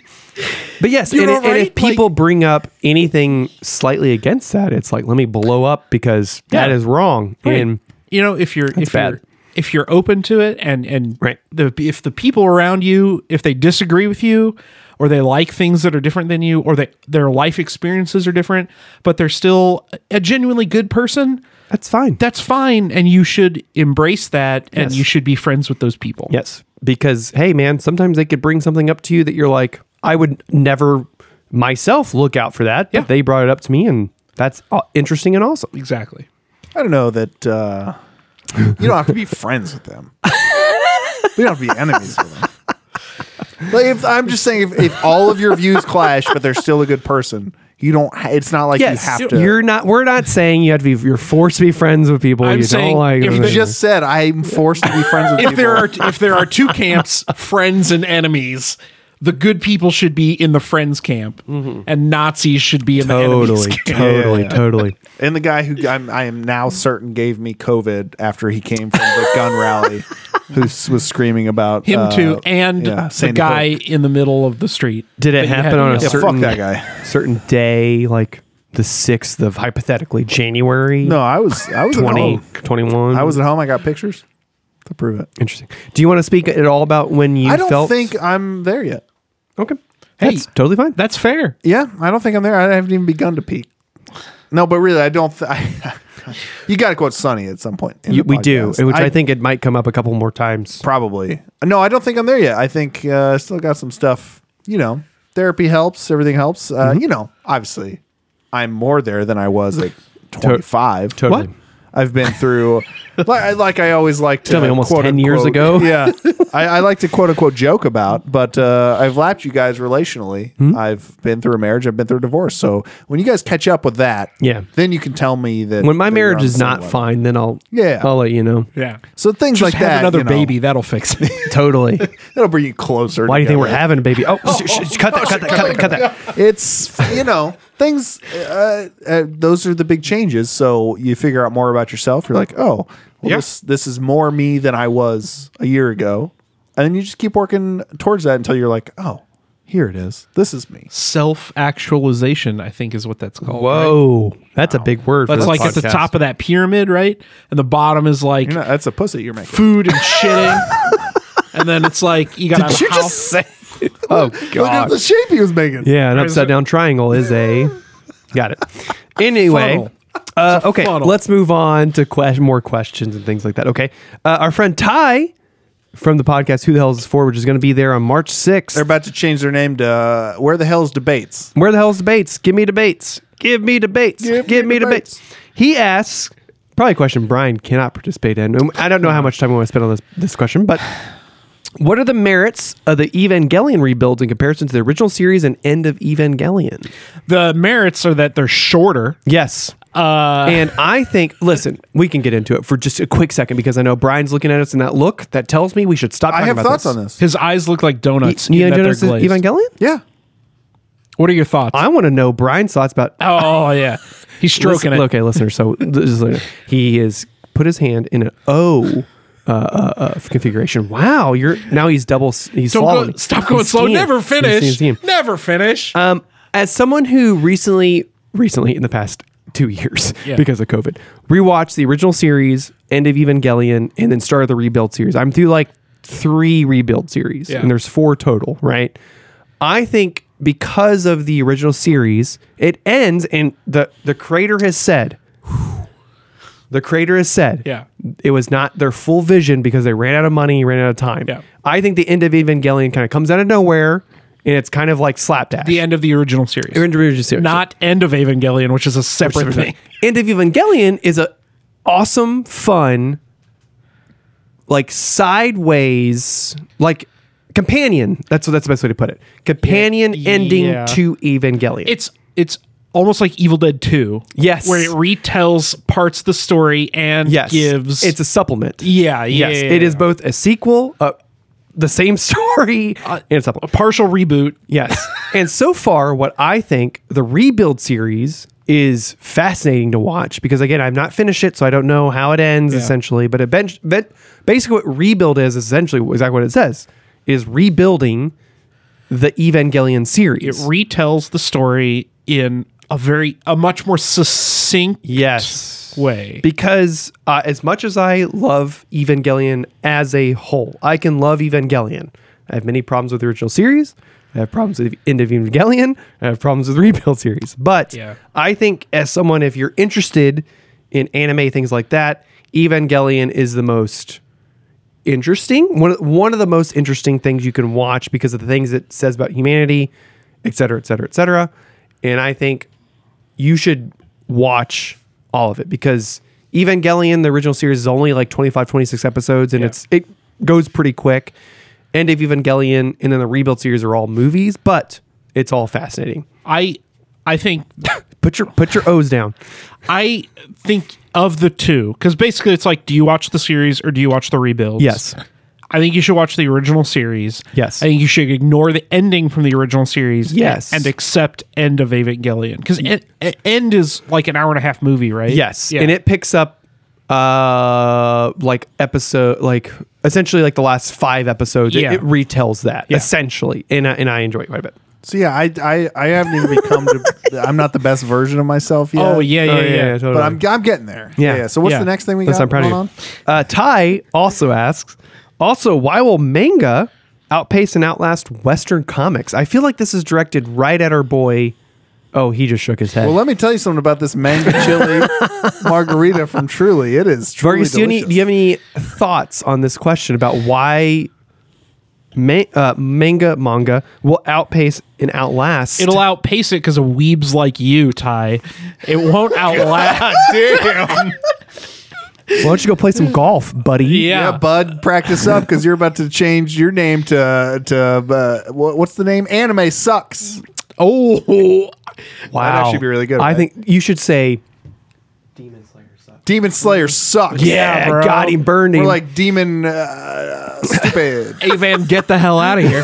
But yes, You're and, all if- and if right, like- people bring up anything slightly against that, it's like let me blow up because that Yeah. is wrong. And you know, if you're if bad. you're if you're open to it and and Right. the if the people around you if they disagree with you or they like things that are different than you or they their life experiences are different, but they're still a genuinely good person. that's fine. That's fine, and you should embrace that, and Yes. you should be friends with those people. yes, because hey, man, sometimes they could bring something up to you that you're like, I would never myself look out for that. But Yeah. they brought it up to me, and that's uh, interesting and awesome. exactly. I don't know that uh, you don't have to be friends with them. We don't have to be enemies with them. Like if, I'm just saying, if, if all of your views clash, but they're still a good person, you don't. ha- It's not like you have to. are not. We're not saying you have to be. You're forced to be friends with people I'm you saying don't like. if you just said I'm forced to be friends with if people. there are if there are two camps, friends and enemies, the good people should be in the friends camp, and Nazis should be in the Mm-hmm. totally, enemies camp. totally, Yeah. totally. and the guy who I'm, I am now certain gave me COVID after he came from the gun rally, who s- was screaming about Him uh, too, and yeah, the Sandy guy Hook. in the middle of the street. Did that it you had happen to on a yell. fuck certain that guy. certain day, like the sixth of hypothetically January? No, I was I was 20, at home. 21. I was at home. I got pictures to prove it. interesting. Do you want to speak at all about when you I don't felt? think I'm there yet. Okay, Hey. that's totally fine. That's fair. Yeah, I don't think I'm there. I haven't even begun to peak. No, but really, I don't. Th- I, you got to quote Sonny at some point. in You- the we do, podcast. which I, think it might come up a couple more times. probably. No, I don't think I'm there yet. I think uh, I still got some stuff. You know, therapy helps. Everything helps. Uh, Mm-hmm. You know, obviously, I'm more there than I was at 25. Totally. What? I've been through, like, I- like I always like to Tell me, almost quote 10 years unquote- ago? Yeah, I, I like to quote unquote joke about, but uh, I've lapped you guys relationally. Hmm? I've been through a marriage. I've been through a divorce. So when you guys catch up with that, Yeah. then you can tell me that When my that you're marriage on is the same not level. fine, then I'll Yeah. I'll let you know. Yeah. So things Just like have that, another you know, baby. That'll fix it. Totally. that'll bring you closer. Why do you think we're together. having a baby? Oh, sh- sh- cut that! Cut that! Cut that! Cut that! It's you know things. Uh, uh, those are the big changes. So you figure out more about yourself. You're like, oh, well, Yeah. this this is more me than I was a year ago, and then you just keep working towards that until you're like, oh, here it is. This is me. Self actualization, I think, is what that's called. right? Whoa, that's a big word. for That's this like at the podcast. top of that pyramid, right? And the bottom is like You're not, that's a pussy you're making. food and shitting. and then it's like you got a house. say? Oh Look at god. the shape he was making. yeah, an upside down triangle is a. Got it. Anyway, Funnel. Uh, okay, funnel. let's move on to que- more questions and things like that. Okay, uh, our friend Ty from the podcast "Who the Hell Is This For," which is going to be there on March sixth. They're about to change their name to uh, Where the Hell's Debates. Where the hell's debates? Give me debates. Give me debates. Give, Give me, me debates. He asks probably a question Brian cannot participate in. And I don't know how much time we want to spend on this this question, but what are the merits of the Evangelion rebuilds in comparison to the original series and end of Evangelion? The merits are that they're shorter. Yes. Uh, and I think, listen, we can get into it for just a quick second because I know Brian's looking at us in that look that tells me we should stop. I talking have about thoughts on this. His eyes look like donuts. Neon even that they're Genesis glazed. Evangelion. Yeah. What are your thoughts? I want to know Brian's thoughts about oh yeah, he's stroking Listen- it. Okay, listener. So this is like- he is put his hand in an O uh, uh, uh, configuration. Wow, you're now he's double. s- He's Don't swallowing. go, stop going He's slow. skiing. Never He's skiing, finish. skiing. Never finish. Um, as someone who recently, recently in the past two years Yeah. because of COVID, rewatched the original series, end of Evangelion, and then started the rebuild series. I'm through like three rebuild series, Yeah. and there's four total, right? I think because of the original series, it ends, and the the creator has said. The creator has said, Yeah. it was not their full vision because they ran out of money, ran out of time. Yeah. I think the end of Evangelion kind of comes out of nowhere, and it's kind of like slapdash. the end of the original series, Individual series. not end of Evangelion, which is a separate Separate thing. thing. End of Evangelion is a awesome, fun, like sideways, like companion. That's that's the best way to put it. Companion Yeah. ending Yeah. to Evangelion. It's it's almost like Evil Dead Two. Yes. where it retells parts of the story and yes, gives it's a supplement. yeah, yeah yes, yeah, it is yeah. both a sequel, uh, the same story, Uh, and a supplement. a partial reboot. Yes. and so far, what I think the rebuild series is fascinating to watch because again, I've not finished it, so I don't know how it ends Yeah. essentially. But it bench, ben- basically, what rebuild is essentially exactly what it says is rebuilding the Evangelion It series. retells the story in a very a much more succinct yes. way. Because uh, as much as I love Evangelion as a whole, I can love Evangelion. I have many problems with the original series. I have problems with the end of Evangelion. I have problems with the rebuild series. But Yeah. I think as someone, if you're interested in anime things like that, Evangelion is the most interesting one. of- One of the most interesting things you can watch because of the things it says about humanity, et cetera, et cetera, et cetera. And I think you should watch all of it because Evangelion, the original series, is only like 25, 26 episodes and it's it goes pretty quick. End of Evangelion and then the rebuild series are all movies, but it's all fascinating. I I think Put your put your O's down. I think of the two because basically it's like, do you watch the series or do you watch the rebuilds? Yes. I think you should watch the original series. Yes. I think you should ignore the ending from the original series. Yes. And, accept end of Evangelion because end is like an hour and a half movie, right? Yes, Yeah. and it picks up uh like episode like essentially like the last five episodes. It- Yeah. It, retells that essentially, and I, and I enjoy it quite a bit. So yeah, I I, I haven't even become to I'm not the best version of myself yet. Oh yeah, yeah, Oh, yeah. totally. But I'm I'm getting there. Yeah. So what's Yeah. the next thing we That's got I'm proud of going you. on? Uh, Ty also asks, also why will manga outpace and outlast Western comics? I feel like this is directed right at our boy. Oh, he just shook his head. Well, let me tell you something about this mango chili margarita from Truly. It is truly Vargas, do you, have any, delicious. do you have any thoughts on this question about why ma- uh, manga manga will outpace and outlast? It'll outpace it because of weebs like you, Ty. It won't outlast. Why don't you go play some golf, buddy? yeah. yeah, bud, practice up because you're about to change your name to to uh, wha- what's the name? Anime sucks. oh, Wow. That'd actually be really I good, right? think you should say, Demon Slayer sucks. Yeah, yeah, bro. God, he burned him. We're like demon uh, stupid. Avan, get the hell out of here.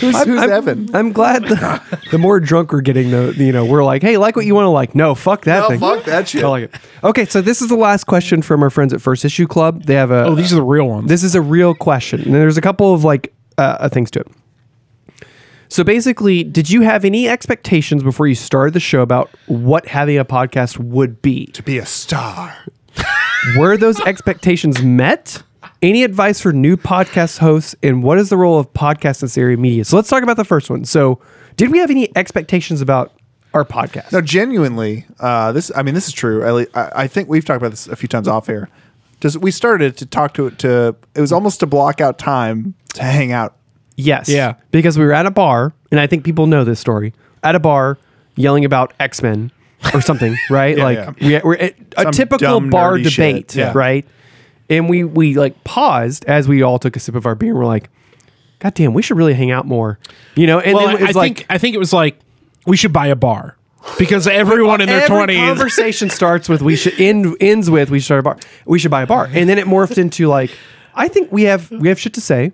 Who's, who's I'm, Evan? I'm glad the, the more drunk we're getting, the the, you know we're like, hey, like what you want to like. No, fuck that No, thing. Oh, fuck that shit. I like it. Okay, so this is the last question from our friends at First Issue Club. They have a Oh, these are the real ones. This is a real question. And there's a couple of like uh, uh, things to it. So basically, did you have any expectations before you started the show about what having a podcast would be? Be a star. Were those expectations met? Any advice for new podcast hosts and what is the role of podcasts in this area of media? So let's talk about the first one. So, did we have any expectations about our podcast. No, genuinely, uh, this. I mean, this is true. I, li- I, I think we've talked about this a few times off air. Just we started to talk to it to. It was almost to block out time to hang out. Yes. Yeah. Because we were at a bar, and I think people know this story. At a bar, yelling about X Men or something, right? like yeah. we- we're at a Some typical dumb, bar nerdy shit. debate, Yeah. right? And we we like paused as we all took a sip of our beer. and We're like, God damn, we should really hang out more, you know? And Well, then I, it was I like think I think it was like we should buy a bar because everyone in their every twenties. conversation starts with we should end ends with we should start a bar. We should buy a bar, and then it morphed into like I think we have we have shit to say,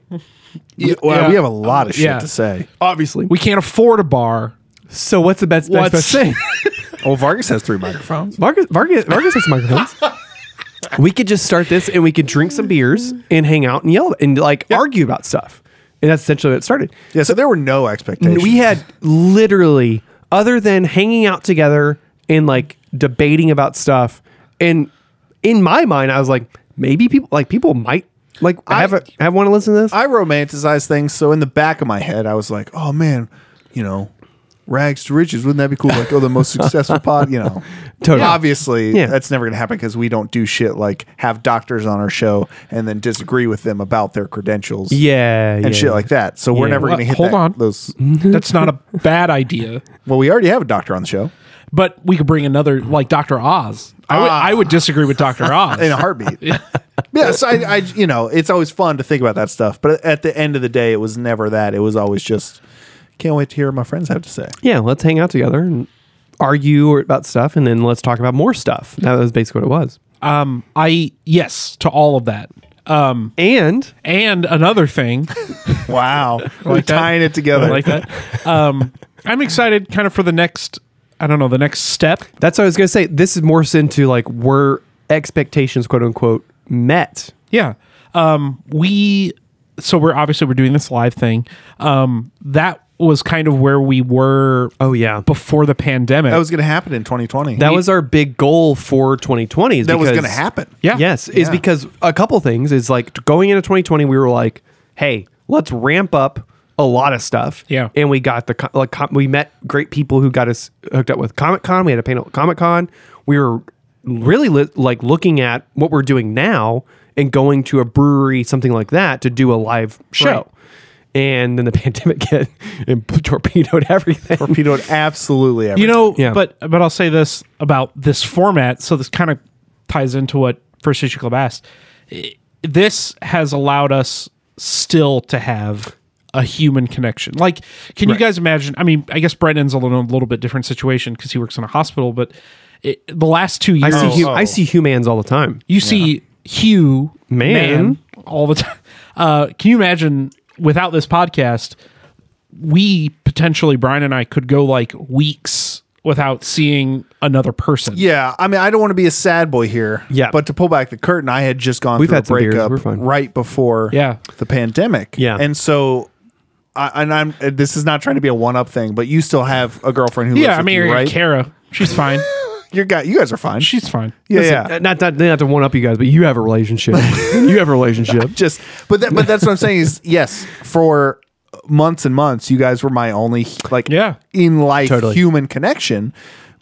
Yeah, well, yeah. we have a lot of shit Yeah. to say. obviously. we can't afford a bar. So what's the best What's- best, best thing? Well, Vargas has three microphones. Vargas, Vargas, Vargas has microphones. we could just start this and we could drink some beers and hang out and yell and like argue about stuff. And that's essentially what it started. Yeah, so there were no expectations. We had literally, other than hanging out together and like debating about stuff. And in my mind, I was like, maybe people, like people might like I, have a, have want to listen to this. I romanticize things, so in the back of my head, I was like, "Oh man, you know, rags to riches. Wouldn't that be cool? Like, oh, the most successful pod, you know." Totally. Obviously, Yeah. that's never going to happen because we don't do shit like have doctors on our show and then disagree with them about their credentials yeah. and shit like that. So we're Yeah. never going to Well, hit hold that- on. those. That's not a bad idea. Well, we already have a doctor on the show But we could bring another like Dr. Oz. I would, Ah. I would disagree with Dr. Oz. in a heartbeat. yeah, so I, I, you know, it's always fun to think about that stuff. But at the end of the day, it was never that. It was always just can't wait to hear what my friends have to say. Yeah. Let's hang out together and argue or- about stuff. And then let's talk about more stuff. That was basically what it was. Um, I yes to all of that. Um, And and another thing Wow, we're that? tying it together. I like that. Um, I'm excited kind of for the next. I don't know the next step. That's what I was gonna say. This is morphs into like were expectations quote unquote met. Yeah. Um, we so we're obviously we're doing this live thing. Um, that was kind of where we were Oh yeah. before the pandemic. that was going to happen in 2020. That was our big goal for 2020. Is that was because- going to happen. Yeah. Yes, is Yeah. because a couple things is like going into 2020, we were like, hey, let's ramp up a lot of stuff. Yeah. And we got the, co- like, com- we met great people who got us hooked up with Comic Con. We had a panel at Comic Con. We were really li- like looking at what we're doing now and going to a brewery, something like that, to do a live show. Right. And then the pandemic hit and torpedoed everything. Torpedoed absolutely everything. you know Yeah. but but i'll say this about this format so this kind of ties into what first issue club asked I- this has allowed us still to have a human connection like can you guys imagine i mean i guess brendan's a little, a little bit different situation because he works in a hospital but it, the last two I years see, hu- Oh. I see humans all the time. you see Hugh Man. all the time. Uh, can you imagine without this podcast, we potentially Brian and I could go like weeks without seeing another person. yeah, I mean, I don't want to be a sad boy here. Yeah. but to pull back the curtain, I had just gone through had a some beers. breakup We're fine. right before Yeah. the pandemic. Yeah. and so. I, and I'm. uh, This is not trying to be a one-up thing, but you still have a girlfriend who. yeah. lives I with mean, you, right? Kara, she's fine. You're guy. You guys are fine. she's fine. yeah, Listen, yeah. uh, Not, not, not to one up you guys, but you have a relationship. you have a relationship. just but that, but that's what I'm saying is yes for months and months you guys were my only like Yeah. in life Totally. human connection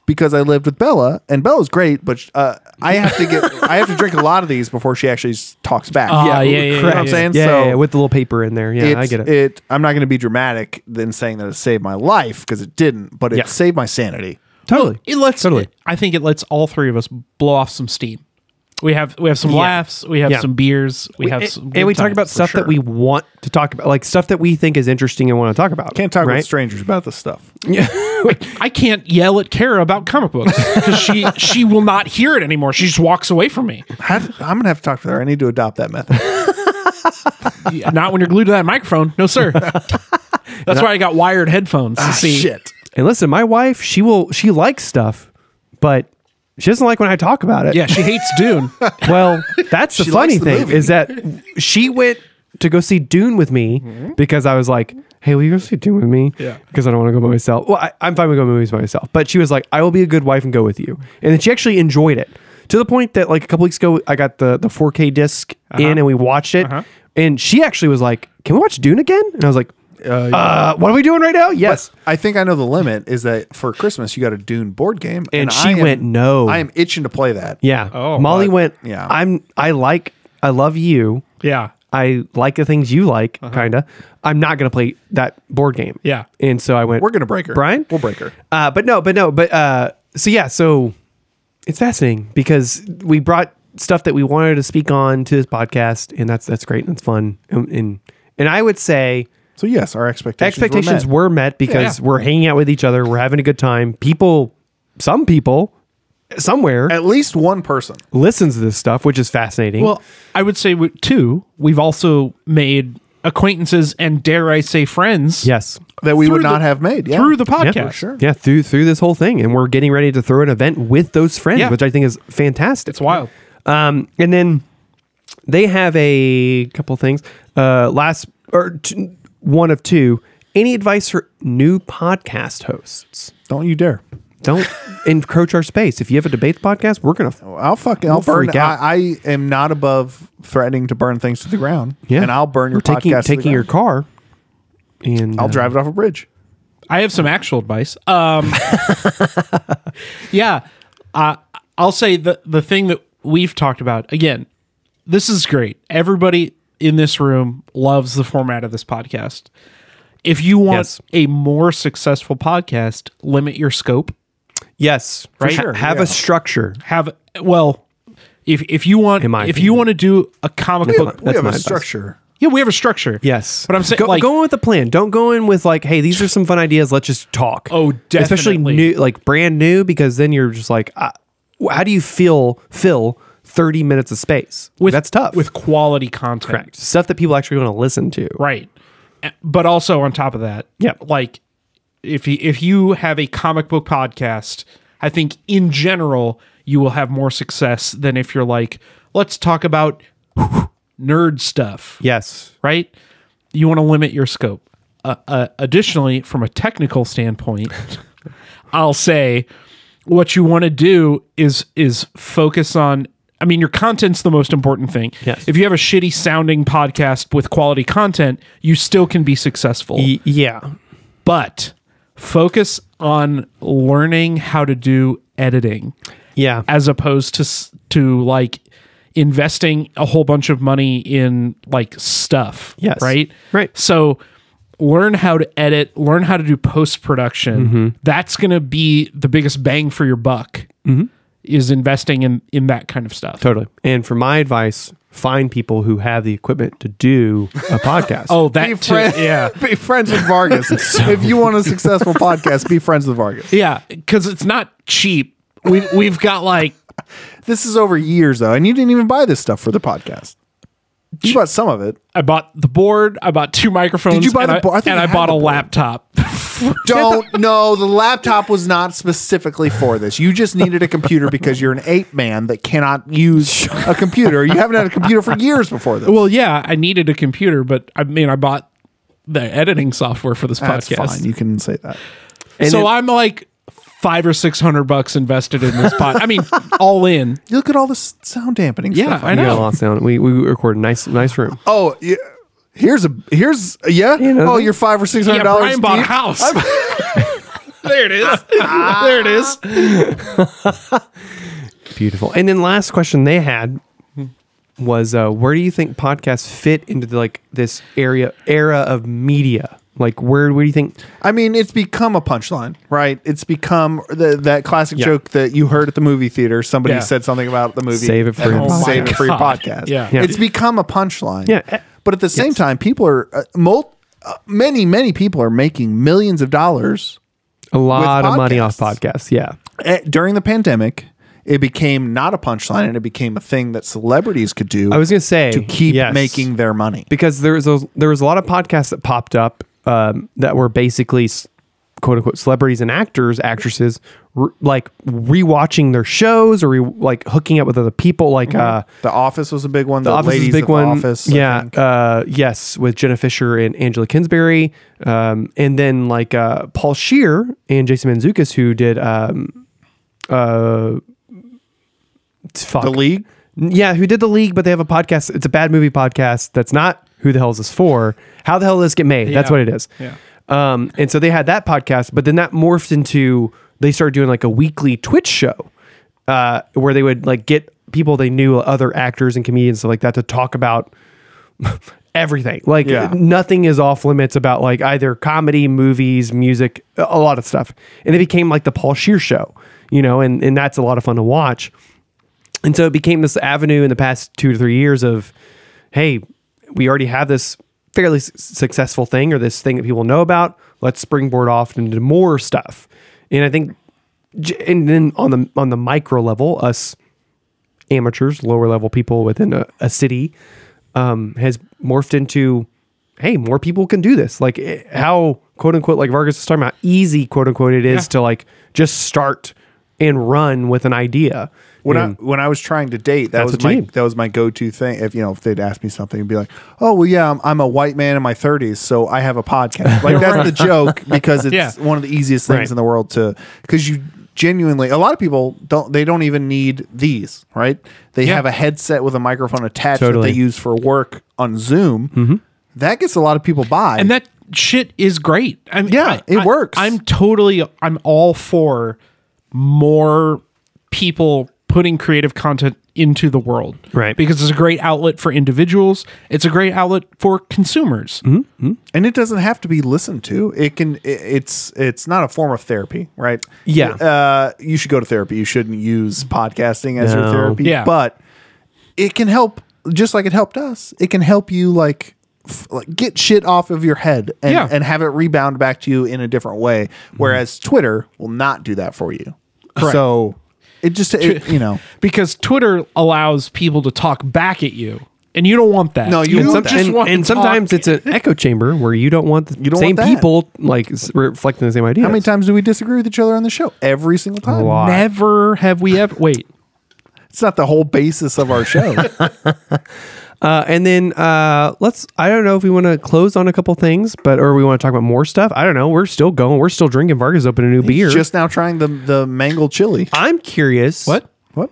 because I lived with Bella and Bella's great but uh, I have to get I have to drink a lot of these before she actually s- talks back Ah, yeah, yeah, you yeah, know what yeah, I'm yeah. saying Oh, yeah, so yeah, yeah, with the little paper in there. Yeah, I it's- get it. I'm not going to be dramatic than saying that it saved my life because it didn't but it Yeah. saved my sanity totally. It lets, Totally. I think it lets all three of us blow off some steam. We have, we have some laughs. We have Yeah. some beers. We, have and, some, and good we talk times, about for stuff sure. that we want to talk about, like stuff that we think is interesting and want to talk about. can't talk with right? strangers about this stuff I can't yell at Kara about comic books because she she will not hear it anymore. She just walks away from me. How did- I'm gonna have to talk to her I need to adopt that method Not when you're glued to that microphone, no sir. That's why I got wired headphones. to see, shit And listen, my wife, she will, she likes stuff, but she doesn't like when I talk about it. yeah, she hates Dune. Well, that's the She likes funny the thing movie. is that she went to go see Dune with me because I was like, "Hey, will you go see Dune with me?" Yeah. Because I don't want to go by myself. Well, I, I'm fine with going to movies by myself, but she was like, "I will be a good wife and go with you," and then she actually enjoyed it to the point that like a couple weeks ago, I got the the 4K disk in and we watched it, and she actually was like, "Can we watch Dune again?" And I was like. Uh, Uh, what are we doing right now? Yes. I think I know the limit is that for Christmas you got a Dune board game, And she I am- went, "No." I am itching to play that. yeah. Oh, Molly but- went. yeah. I'm. I like. I love you. Yeah. I like the things you like. Kinda. I'm not gonna play that board game. Yeah. And so I went. we're gonna break her, Brian? We'll break her. Uh, but no, but no, but uh, so yeah, so it's fascinating because we brought stuff that we wanted to speak on to this podcast, and that's that's great and it's fun, and and, and I would say So yes, our expectations expectations were, met. were met because Yeah. we're hanging out with each other, we're having a good time. People, some people, somewhere at least one person. listens to this stuff, which is fascinating. Well, I would say we- two. We've also made acquaintances and dare I say friends. yes, that we through would not the- have made yeah. through the podcast. Yeah, sure. yeah, through through this whole thing, and we're getting ready to throw an event with those friends, Yeah. which I think is fantastic. It's wild. Um, and then they have a couple things. Uh, last or t- one of two. Any advice for new podcast hosts? Don't you dare! Don't encroach our space. If you have a debate podcast, we're gonna. I'll fucking I'll We'll burn. freak out. I, I am not above threatening to burn things to the ground. Yeah, and I'll burn your We're taking podcast. to the taking your car. ground. And I'll uh, drive it off a bridge. I have some actual advice. Um, yeah, uh, I'll say the the thing that we've talked about again. This is great. Everybody in this room loves the format of this podcast. If you want Yes. a more successful podcast, limit your scope. Yes, Right? Ha- Sure, have yeah. a structure. Have well, if if you want, my if opinion. you want to do a comic Yeah, book, that's we my have a advice. structure. yeah, we have a structure. Yes, but I'm saying go, like go in with a plan. Don't go in with like, hey, these are some fun ideas. Let's just talk. Oh, especially definitely. new, like brand new, because then you're just like, uh, how do you feel fill thirty minutes of space? with That's tough. with quality content. stuff that people actually want to listen to. Right. Uh, But also on top of that, Yeah. like if you, if you have a comic book podcast, I think in general you will have more success than if you're like, let's talk about nerd stuff, Yes. right? You want to limit your scope. Uh, uh, additionally, from a technical standpoint, I'll say what you want to do is is focus on I mean your content's the most important thing. Yes. If you have a shitty sounding podcast with quality content, you still can be successful. Y- yeah. but focus on learning how to do editing Yeah. as opposed to s- to like investing a whole bunch of money in like stuff. Yes. Right. Right. So learn how to edit. Learn how to do post production. Mm-hmm. That's going to be the biggest bang for your buck. Mm-hmm. Is investing in in that kind of stuff. Totally. And for my advice, find people who have the equipment to do a podcast. Oh, that too. friend- Yeah. be friends with Vargas. if you want a successful podcast, be friends with Vargas. Yeah. Because it's not cheap. We we've got like This is over years though, and you didn't even buy this stuff for the podcast. You bought some of it. I bought the board. I bought two microphones. Did you buy and the I- board? I think and I I had bought the a board. laptop. Don't no, the laptop was not specifically for this. You just needed a computer because you're an ape man that cannot use a computer. You haven't had a computer for years before this. Well, yeah, I needed a computer, but I mean, I bought the editing software for this That's podcast. fine. You can say that. And so it- I'm like five or six hundred bucks invested in this pod. I mean, all in. You look at all this sound dampening Yeah, stuff. I we got know. lost down. We we record a nice nice room. Oh, yeah. Here's a here's yeah. know. oh, you're five or six Yeah, hundred dollars. Brian bought a house. there it is. there it is. Beautiful. And then last question they had was uh, where do you think podcasts fit into the, like this area era of media? Like where where do you think I mean, it's become a punchline, right? It's become the, that classic Yeah. joke that you heard at the movie theater. Somebody Yeah. said something about the movie. Save it for your and podcast. save it for your Oh my God. podcast. Yeah. Yeah. it's become a punchline. Yeah. Eh, but at the same time, people are uh, mul- uh, many many people are making millions of dollars a lot of money off podcasts? podcasts. Yeah. Eh, during the pandemic. It became not a punchline, and it became a thing that celebrities could do. I was gonna say to keep yes. making their money. because there was a, there was a lot of podcasts that popped up um, that were basically s- quote unquote celebrities and actors actresses re- like rewatching their shows or re- like hooking up with other people like uh, The Office was a big one. The, the office ladies is a at big the one Office, I yeah think. uh, yes with Jenna Fisher and Angela Kinsbury um, and then like uh, Paul Shear and Jason Manzukis who did um, uh, fuck. the League. Yeah, who did the league, but they have a podcast. It's a bad movie podcast that's not who the hell is this for? How the hell did this get made? That's Yeah. what it is. Yeah. Um, and so they had that podcast, but then that morphed into they started doing like a weekly Twitch show uh, where they would like get people they knew, other actors and comedians stuff like that, to talk about everything. Like Yeah. nothing is off limits about like either comedy, movies, music, a- a lot of stuff. And it became like the Paul Shear show, you know, and and that's a lot of fun to watch. And so it became this avenue in the past two to three years of, hey, we already have this fairly su- successful thing or this thing that people know about. Let's springboard off into more stuff. And I think, j- and then on the on the micro level, us amateurs, lower level people within a, a city, um, has morphed into, hey, more people can do this. Like eh, how quote unquote, like Vargas was talking about, easy quote unquote it is Yeah. to like just start and run with an idea. When And- I when I was trying to Hmm. date, that That's was what my you need. that was my go to thing. If you know, if they'd ask me something, I'd be like, "Oh well, yeah, I'm, I'm a white man in my 30s, so I have a podcast." Like that's the joke because it's Yeah. one of the easiest things Right. in the world to because you genuinely a lot of people don't they don't even need these right they Yeah. have a headset with a microphone attached Totally. Mm-hmm. that they use for work on zoom that gets a lot of people by and that shit is great. I mean, Yeah, I- it I- works. I'm totally, I'm all for more people putting creative content into the world, Right. Because it's a great outlet for individuals. It's a great outlet for consumers. and it doesn't have to be listened to it can i it's it's not a form of therapy right Yeah. uh you should go to therapy you shouldn't use podcasting as your No. therapy Yeah. but it can help just like it helped us it can help you like f- like get shit off of your head and, Yeah. Mm-hmm. and have it rebound back to you in a different way whereas twitter will not do that for you Correct. so it just it, you know Because Twitter allows people to talk back at you, and you don't want that. No, you and, want some- that. and, want and to sometimes talk. it's an echo chamber where you don't want the don't same want that. people like s- reflecting the same idea. how many times do we disagree with each other on the show every single time never have we ever wait. it's not the whole basis of our show Uh, and then uh, let's. I don't know if we want to close on a couple things, but or we want to talk about more stuff. I don't know. We're still going. We're still drinking. Vargas open a new beer. just now trying the the mango chili I'm curious. What? what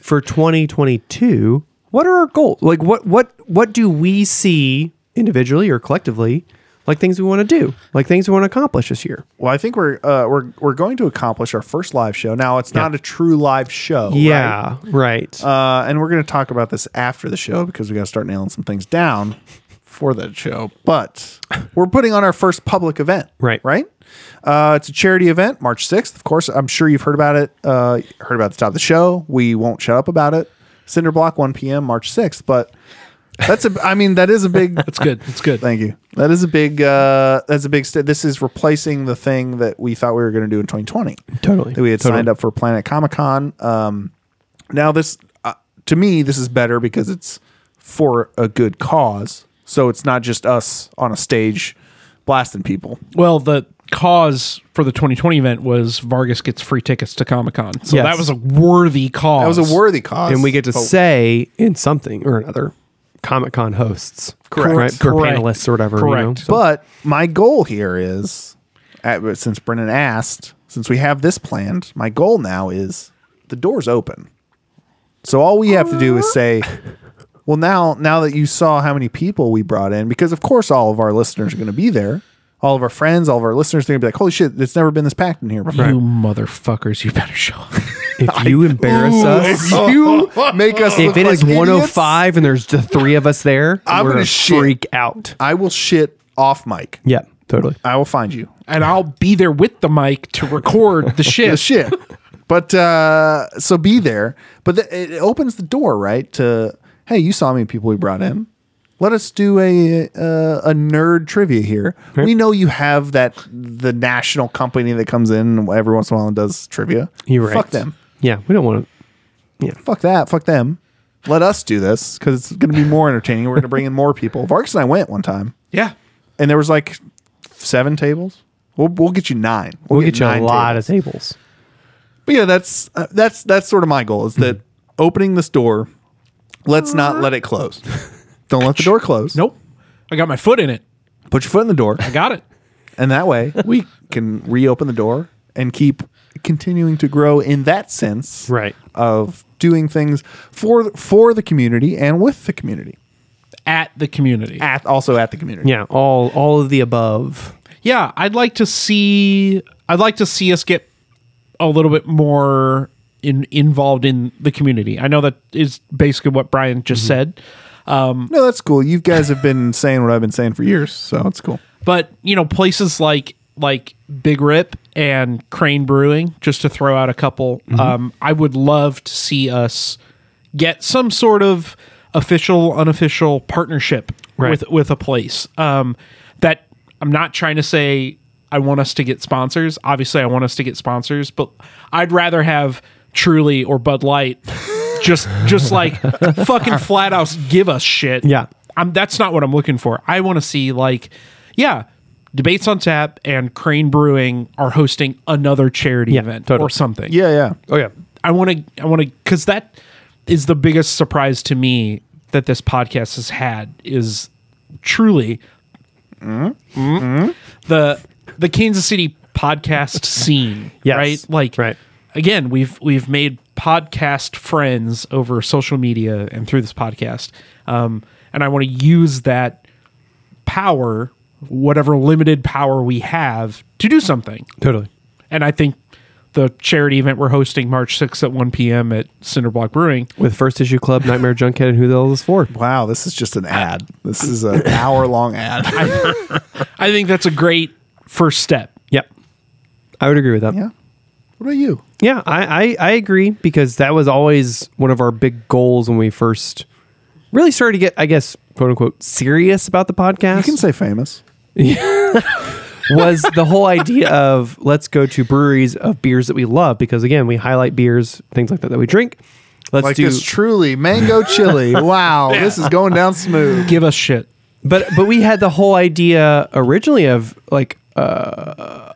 for 2022? What are our goals? Like what what what do we see individually or collectively? Like things we want to do, like things we want to accomplish this year. Well, I think we're uh, we're we're going to accomplish our first live show. Now it's not a true live show. right? yeah, right. Uh, and we're going to talk about this after the show because we got to start nailing some things down for that show. But we're putting on our first public event. Right. Right. Uh, it's a charity event, March sixth. Of course, I'm sure you've heard about it. Uh, heard about it at the top of the show. We won't shut up about it. Cinder Block, one p.m. March sixth. But that's a. I mean, that is a big. It's good. It's good. Thank you. That is a big. Uh, that's a big. St- this is replacing the thing that we thought we were going to do in 2020. Totally. That we had Totally. signed up for Planet Comic Con. Um, now this, uh, to me, this is better because it's for a good cause. So it's not just us on a stage blasting people. Well, the cause for the 2020 event was Vargas gets free tickets to Comic Con, so Yes. that was a worthy cause. That was a worthy cause, and we get to But say in something or another Comic Con hosts, Correct. right? Or Correct. panelists or whatever. You know? Correct. So- But my goal here is, at, but since Brennan asked, since we have this planned, my goal now is the door's open. So all we have to do is say, well, now now that you saw how many people we brought in, because of course all of our listeners are going to be there, all of our friends, all of our listeners, they're going to be like, holy shit, it's never been this packed in here before. You motherfuckers, you better show up. if you embarrass us, you make us if look it like is idiots, 105 and there's the three of us there, I'm we're gonna gonna shit. freak out. I will shit off mic. Yeah, totally. I will find you. and I'll be there with the mic to record the shit. the shit. But uh, so be there. But th- it opens the door, right? To hey, you saw how many people we brought in. Let us do a uh, a nerd trivia here. We know you have that the national company that comes in every once in a while and does trivia. You're right. Fuck them. Yeah, we don't want to. Fuck that. Fuck them. Let us do this because it's going to be more entertaining. We're going to bring in more people. Vargas and I went one time, Yeah. and there was like seven tables. We'll, we'll get you nine. We'll, get, you a nine lot tables. of tables. But yeah, that's uh, that's that's sort of my goal is that opening this door, let's not let it close. Don't let the door close. Nope. I got my foot in it. Put your foot in the door, I got it. and that way we can reopen the door and keep continuing to grow in that sense Right. of doing things for for the community and with the community. at the community. At also at the community. Yeah, all all of the above. yeah, I'd like to see I'd like to see us get a little bit more in, involved in the community. I know that is basically what Brian just said. No, that's cool. You guys have been saying what I've been saying for years, so it's cool. but you know places like like big rip and crane brewing just to throw out a couple Mm-hmm. um i would love to see us get some sort of official unofficial partnership Right. with with a place um that i'm not trying to say i want us to get sponsors obviously i want us to get sponsors but i'd rather have truly or bud light just just like fucking flat out give us shit Yeah. I'm that's not what I'm looking for. I want to see like, yeah, debates on tap and Crane Brewing are hosting another charity Yeah, event totally. or something. Yeah, yeah. Oh yeah. I want to I want to because that is the biggest surprise to me that this podcast has had is truly Mm. the the Kansas City podcast scene. Yes. right, like Right. Again, we've we've made podcast friends over social media and through this podcast, um, and I want to use that power, whatever limited power we have, to do something. Totally. And I think the charity event we're hosting March 6th at 1 p.m. at Cinderblock Brewing. With first issue club, Nightmare Junkhead, and who the hell is this for? Wow, this is just an ad. This is an hour long ad. I think that's a great first step. Yep. I would agree with that. yeah. What about you? Yeah, I, I, I agree because that was always one of our big goals when we first really started to get, I guess, quote unquote, serious about the podcast. You can say famous. was the whole idea of let's go to breweries of beers that we love because again we highlight beers things like that that we drink let's Like do it's truly mango chili. Wow, this is going down smooth. Give us shit. but but we had the whole idea originally of like uh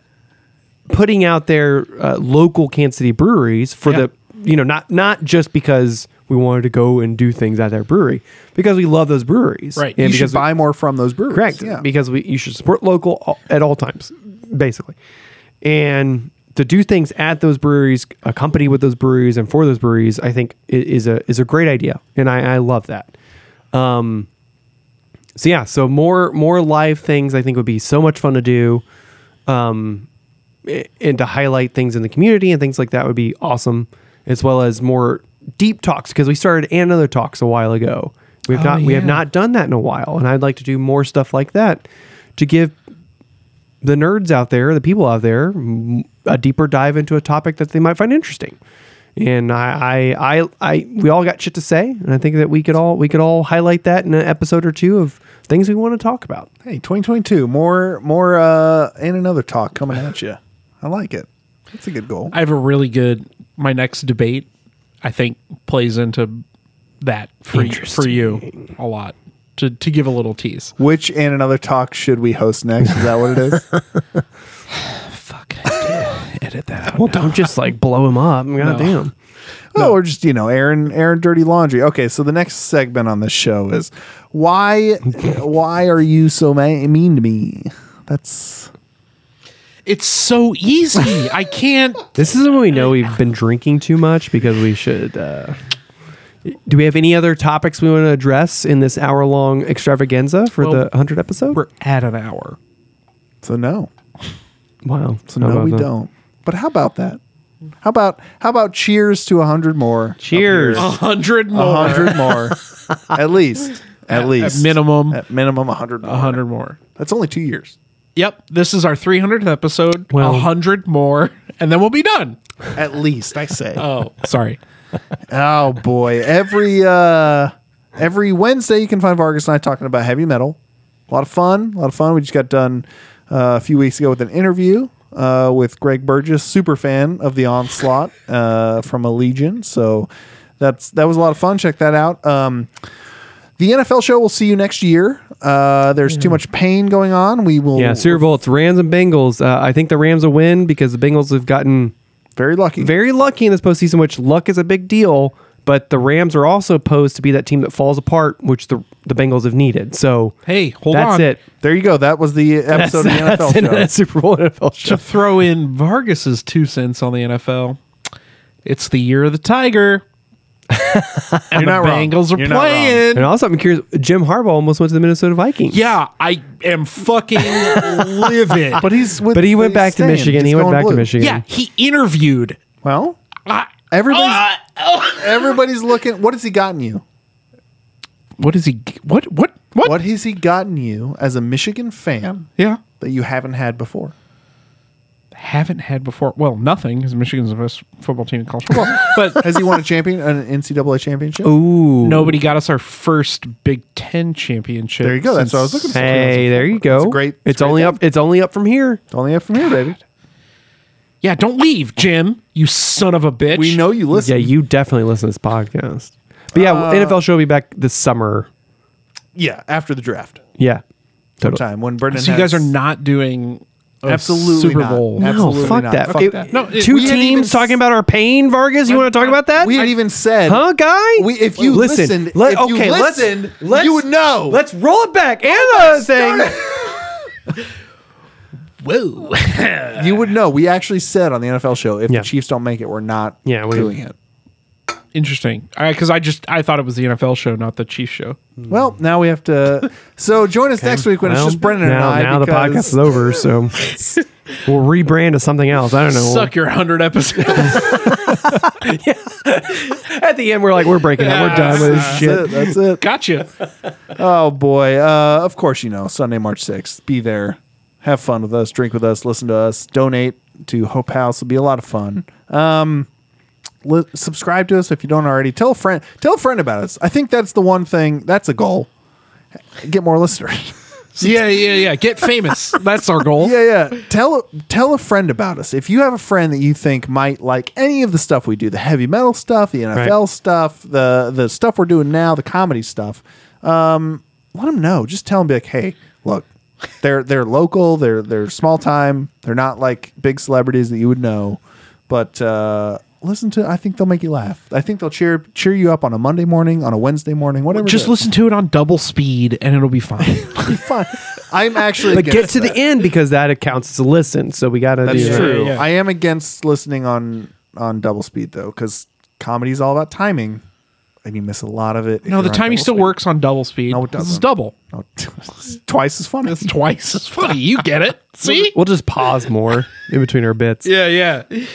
putting out their uh, local Kansas City breweries for Yeah. the you know not not just because we wanted to go and do things at their brewery because we love those breweries Right. and you because should buy more from those breweries. Correct. Yeah. Because we you should support local all- at all times, basically. And to do things at those breweries, accompany with those breweries and for those breweries, I think i- is a is a great idea. And I, I love that. Um so yeah, so more more live things I think would be so much fun to do. Um a- and to highlight things in the community and things like that would be awesome, as well as more deep talks because we started another talks a while ago. We've not we have yeah. not not done that in a while, and I'd like to do more stuff like that to give the nerds out there, the people out there, m- a deeper dive into a topic that they might find interesting. And I, I, I, I, we all got shit to say, and I think that we could all we could all highlight that in an episode or two of things we want to talk about. Hey, 2022, more more uh and another talk coming at you. I like it. That's a good goal. I have a really good my next debate. I think plays into that for for you a lot to to give a little tease. Which and another talk should we host next? Is that what it is? Fuck, edit that. Well, don't just like blow them up. Goddamn. Oh, or just you know, airing airing dirty laundry. Okay, so the next segment on this show is why why are you so ma- mean to me? That's It's so easy. I can't. This is when we know we've been drinking too much because we should. Uh, do we have any other topics we want to address in this hour long extravaganza for Well, the 100 episode? We're at an hour. so no. Wow. So no, we don't. But how about that? How about how about cheers to a hundred more? up Cheers. A here? hundred A more. hundred more. At least. At, least. minimum. At minimum a hundred A more. hundred more. That's only two years. Yep. This is our 300th episode. A Well- hundred more, and then we'll be done. At least, I say. Oh, sorry. Oh boy. Every uh every Wednesday you can find Vargas and I talking about heavy metal. A lot of fun. A lot of fun. We just got done uh, a few weeks ago with an interview uh, with Greg Burgess, super fan of the Onslaught uh, from Allegiant. So that's that was a lot of fun. Check that out. Um, the NFL show. We'll see you next year. Uh, there's too much pain going on. We will. Yeah, Super Bowl. It's Rams and Bengals. Uh, I think the Rams will win because the Bengals have gotten very lucky. very lucky in this postseason, which luck is a big deal. But the Rams are also posed to be that team that falls apart, which the the Bengals have needed. So Hey, hold that's on. it. there you go. That was the That's, episode of the that's NFL in show. that Super Bowl NFL show. To throw in Vargas's two cents on the NFL, it's the year of the tiger. and You're the not wrong. Bengals are You're not wrong. playing. And also, I'm curious. Jim Harbaugh almost went to the Minnesota Vikings. Yeah, I am fucking livid. But he's with, but he went he's back to staying. Michigan. He's He went going back blue. to Michigan. yeah, he interviewed. Well, I, Oh, everybody's Ah! everybody's looking. What has he gotten you? what is he? What? What? What? What has he gotten you as a Michigan fan Yeah, that you haven't had before? haven't had before. Well, nothing because Michigan's the best football team in college football. but Has he won a champion, an NCAA championship? Ooh. nobody got us our first Big Ten championship. There you go. That's since- what I was looking for. Hey, there you go. It's a great- it's It's a great only job. up. It's only up from here. Only up from here, baby. Yeah, don't leave, Jim. You son of a bitch. We know you listen. Uh, Yeah, you definitely listen to this podcast. But yeah, NFL show will be back this summer. Yeah, after the draft Yeah, totally. time when Brendan. So you guys are has- not doing a Absolutely Super not. Bowl. No. Absolutely no, fuck not. that. Fuck Okay, that. No, it- two we teams hadn't even talking about our pain, Vargas. You want to talk about that? We had even said, huh, guy? We, if you listen, listened, let- if you okay, let's- listened, let's- you would know. Let's roll it back and the other thing. Whoa. you would know. We actually said on the NFL show, if Yeah. the Chiefs don't make it, we're not Yeah, we- doing it. Interesting. Because I just I thought it was the NFL show, not the Chiefs show. Well, now we have to. So join us next week when Mm. Well, it's just Brendan now, and I. Now the podcast because- is over, so we'll rebrand to something else. I don't know. Suck your hundred episodes. At the end, we're like, we're breaking up. We're done with this shit. That's it. That's it. gotcha. Oh boy! Uh, of course, you know Sunday, March sixth. Be there, have fun with us, drink with us, listen to us, donate to Hope House. It'll be a lot of fun. Um, li- subscribe to us if you don't already. Tell a friend. Tell a friend about us. I think that's the one thing. That's a goal. Get more listeners. Yeah, yeah, yeah. Get famous. That's our goal. yeah, yeah. Tell tell a friend about us. If you have a friend that you think might like any of the stuff we do, the heavy metal stuff, the NFL stuff, the the stuff we're doing now, the comedy stuff, um, let them know. Just tell them, be like, hey, look, they're they're local, they're they're small time, they're not like big celebrities that you would know, but. uh Listen to. I think they'll make you laugh. I think they'll cheer cheer you up on a Monday morning, on a Wednesday morning, whatever. Just it is. listen to it on double speed and it'll be fine. Fine. I'm actually. But get against to that. the end because that accounts as a listen. So we got to That's do that. true. Yeah, yeah. I am against listening on on double speed though, because comedy is all about timing, and you miss a lot of it. if no, the you're on timing double still speed. works on double speed. No, it This is doesn't. double. No, it's twice as funny. It's twice as funny. You get it. See? We'll just pause more in between our bits. Yeah, yeah. yeah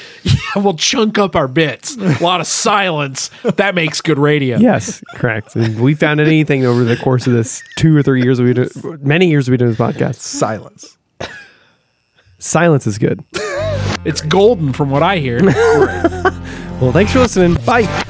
we'll chunk up our bits. A lot of silence. That makes good radio. Yes, correct. And we found anything over the course of this two or three years we do, many years we do this podcast. Silence. Silence is good. It's golden from what I hear. Well, thanks for listening. Bye.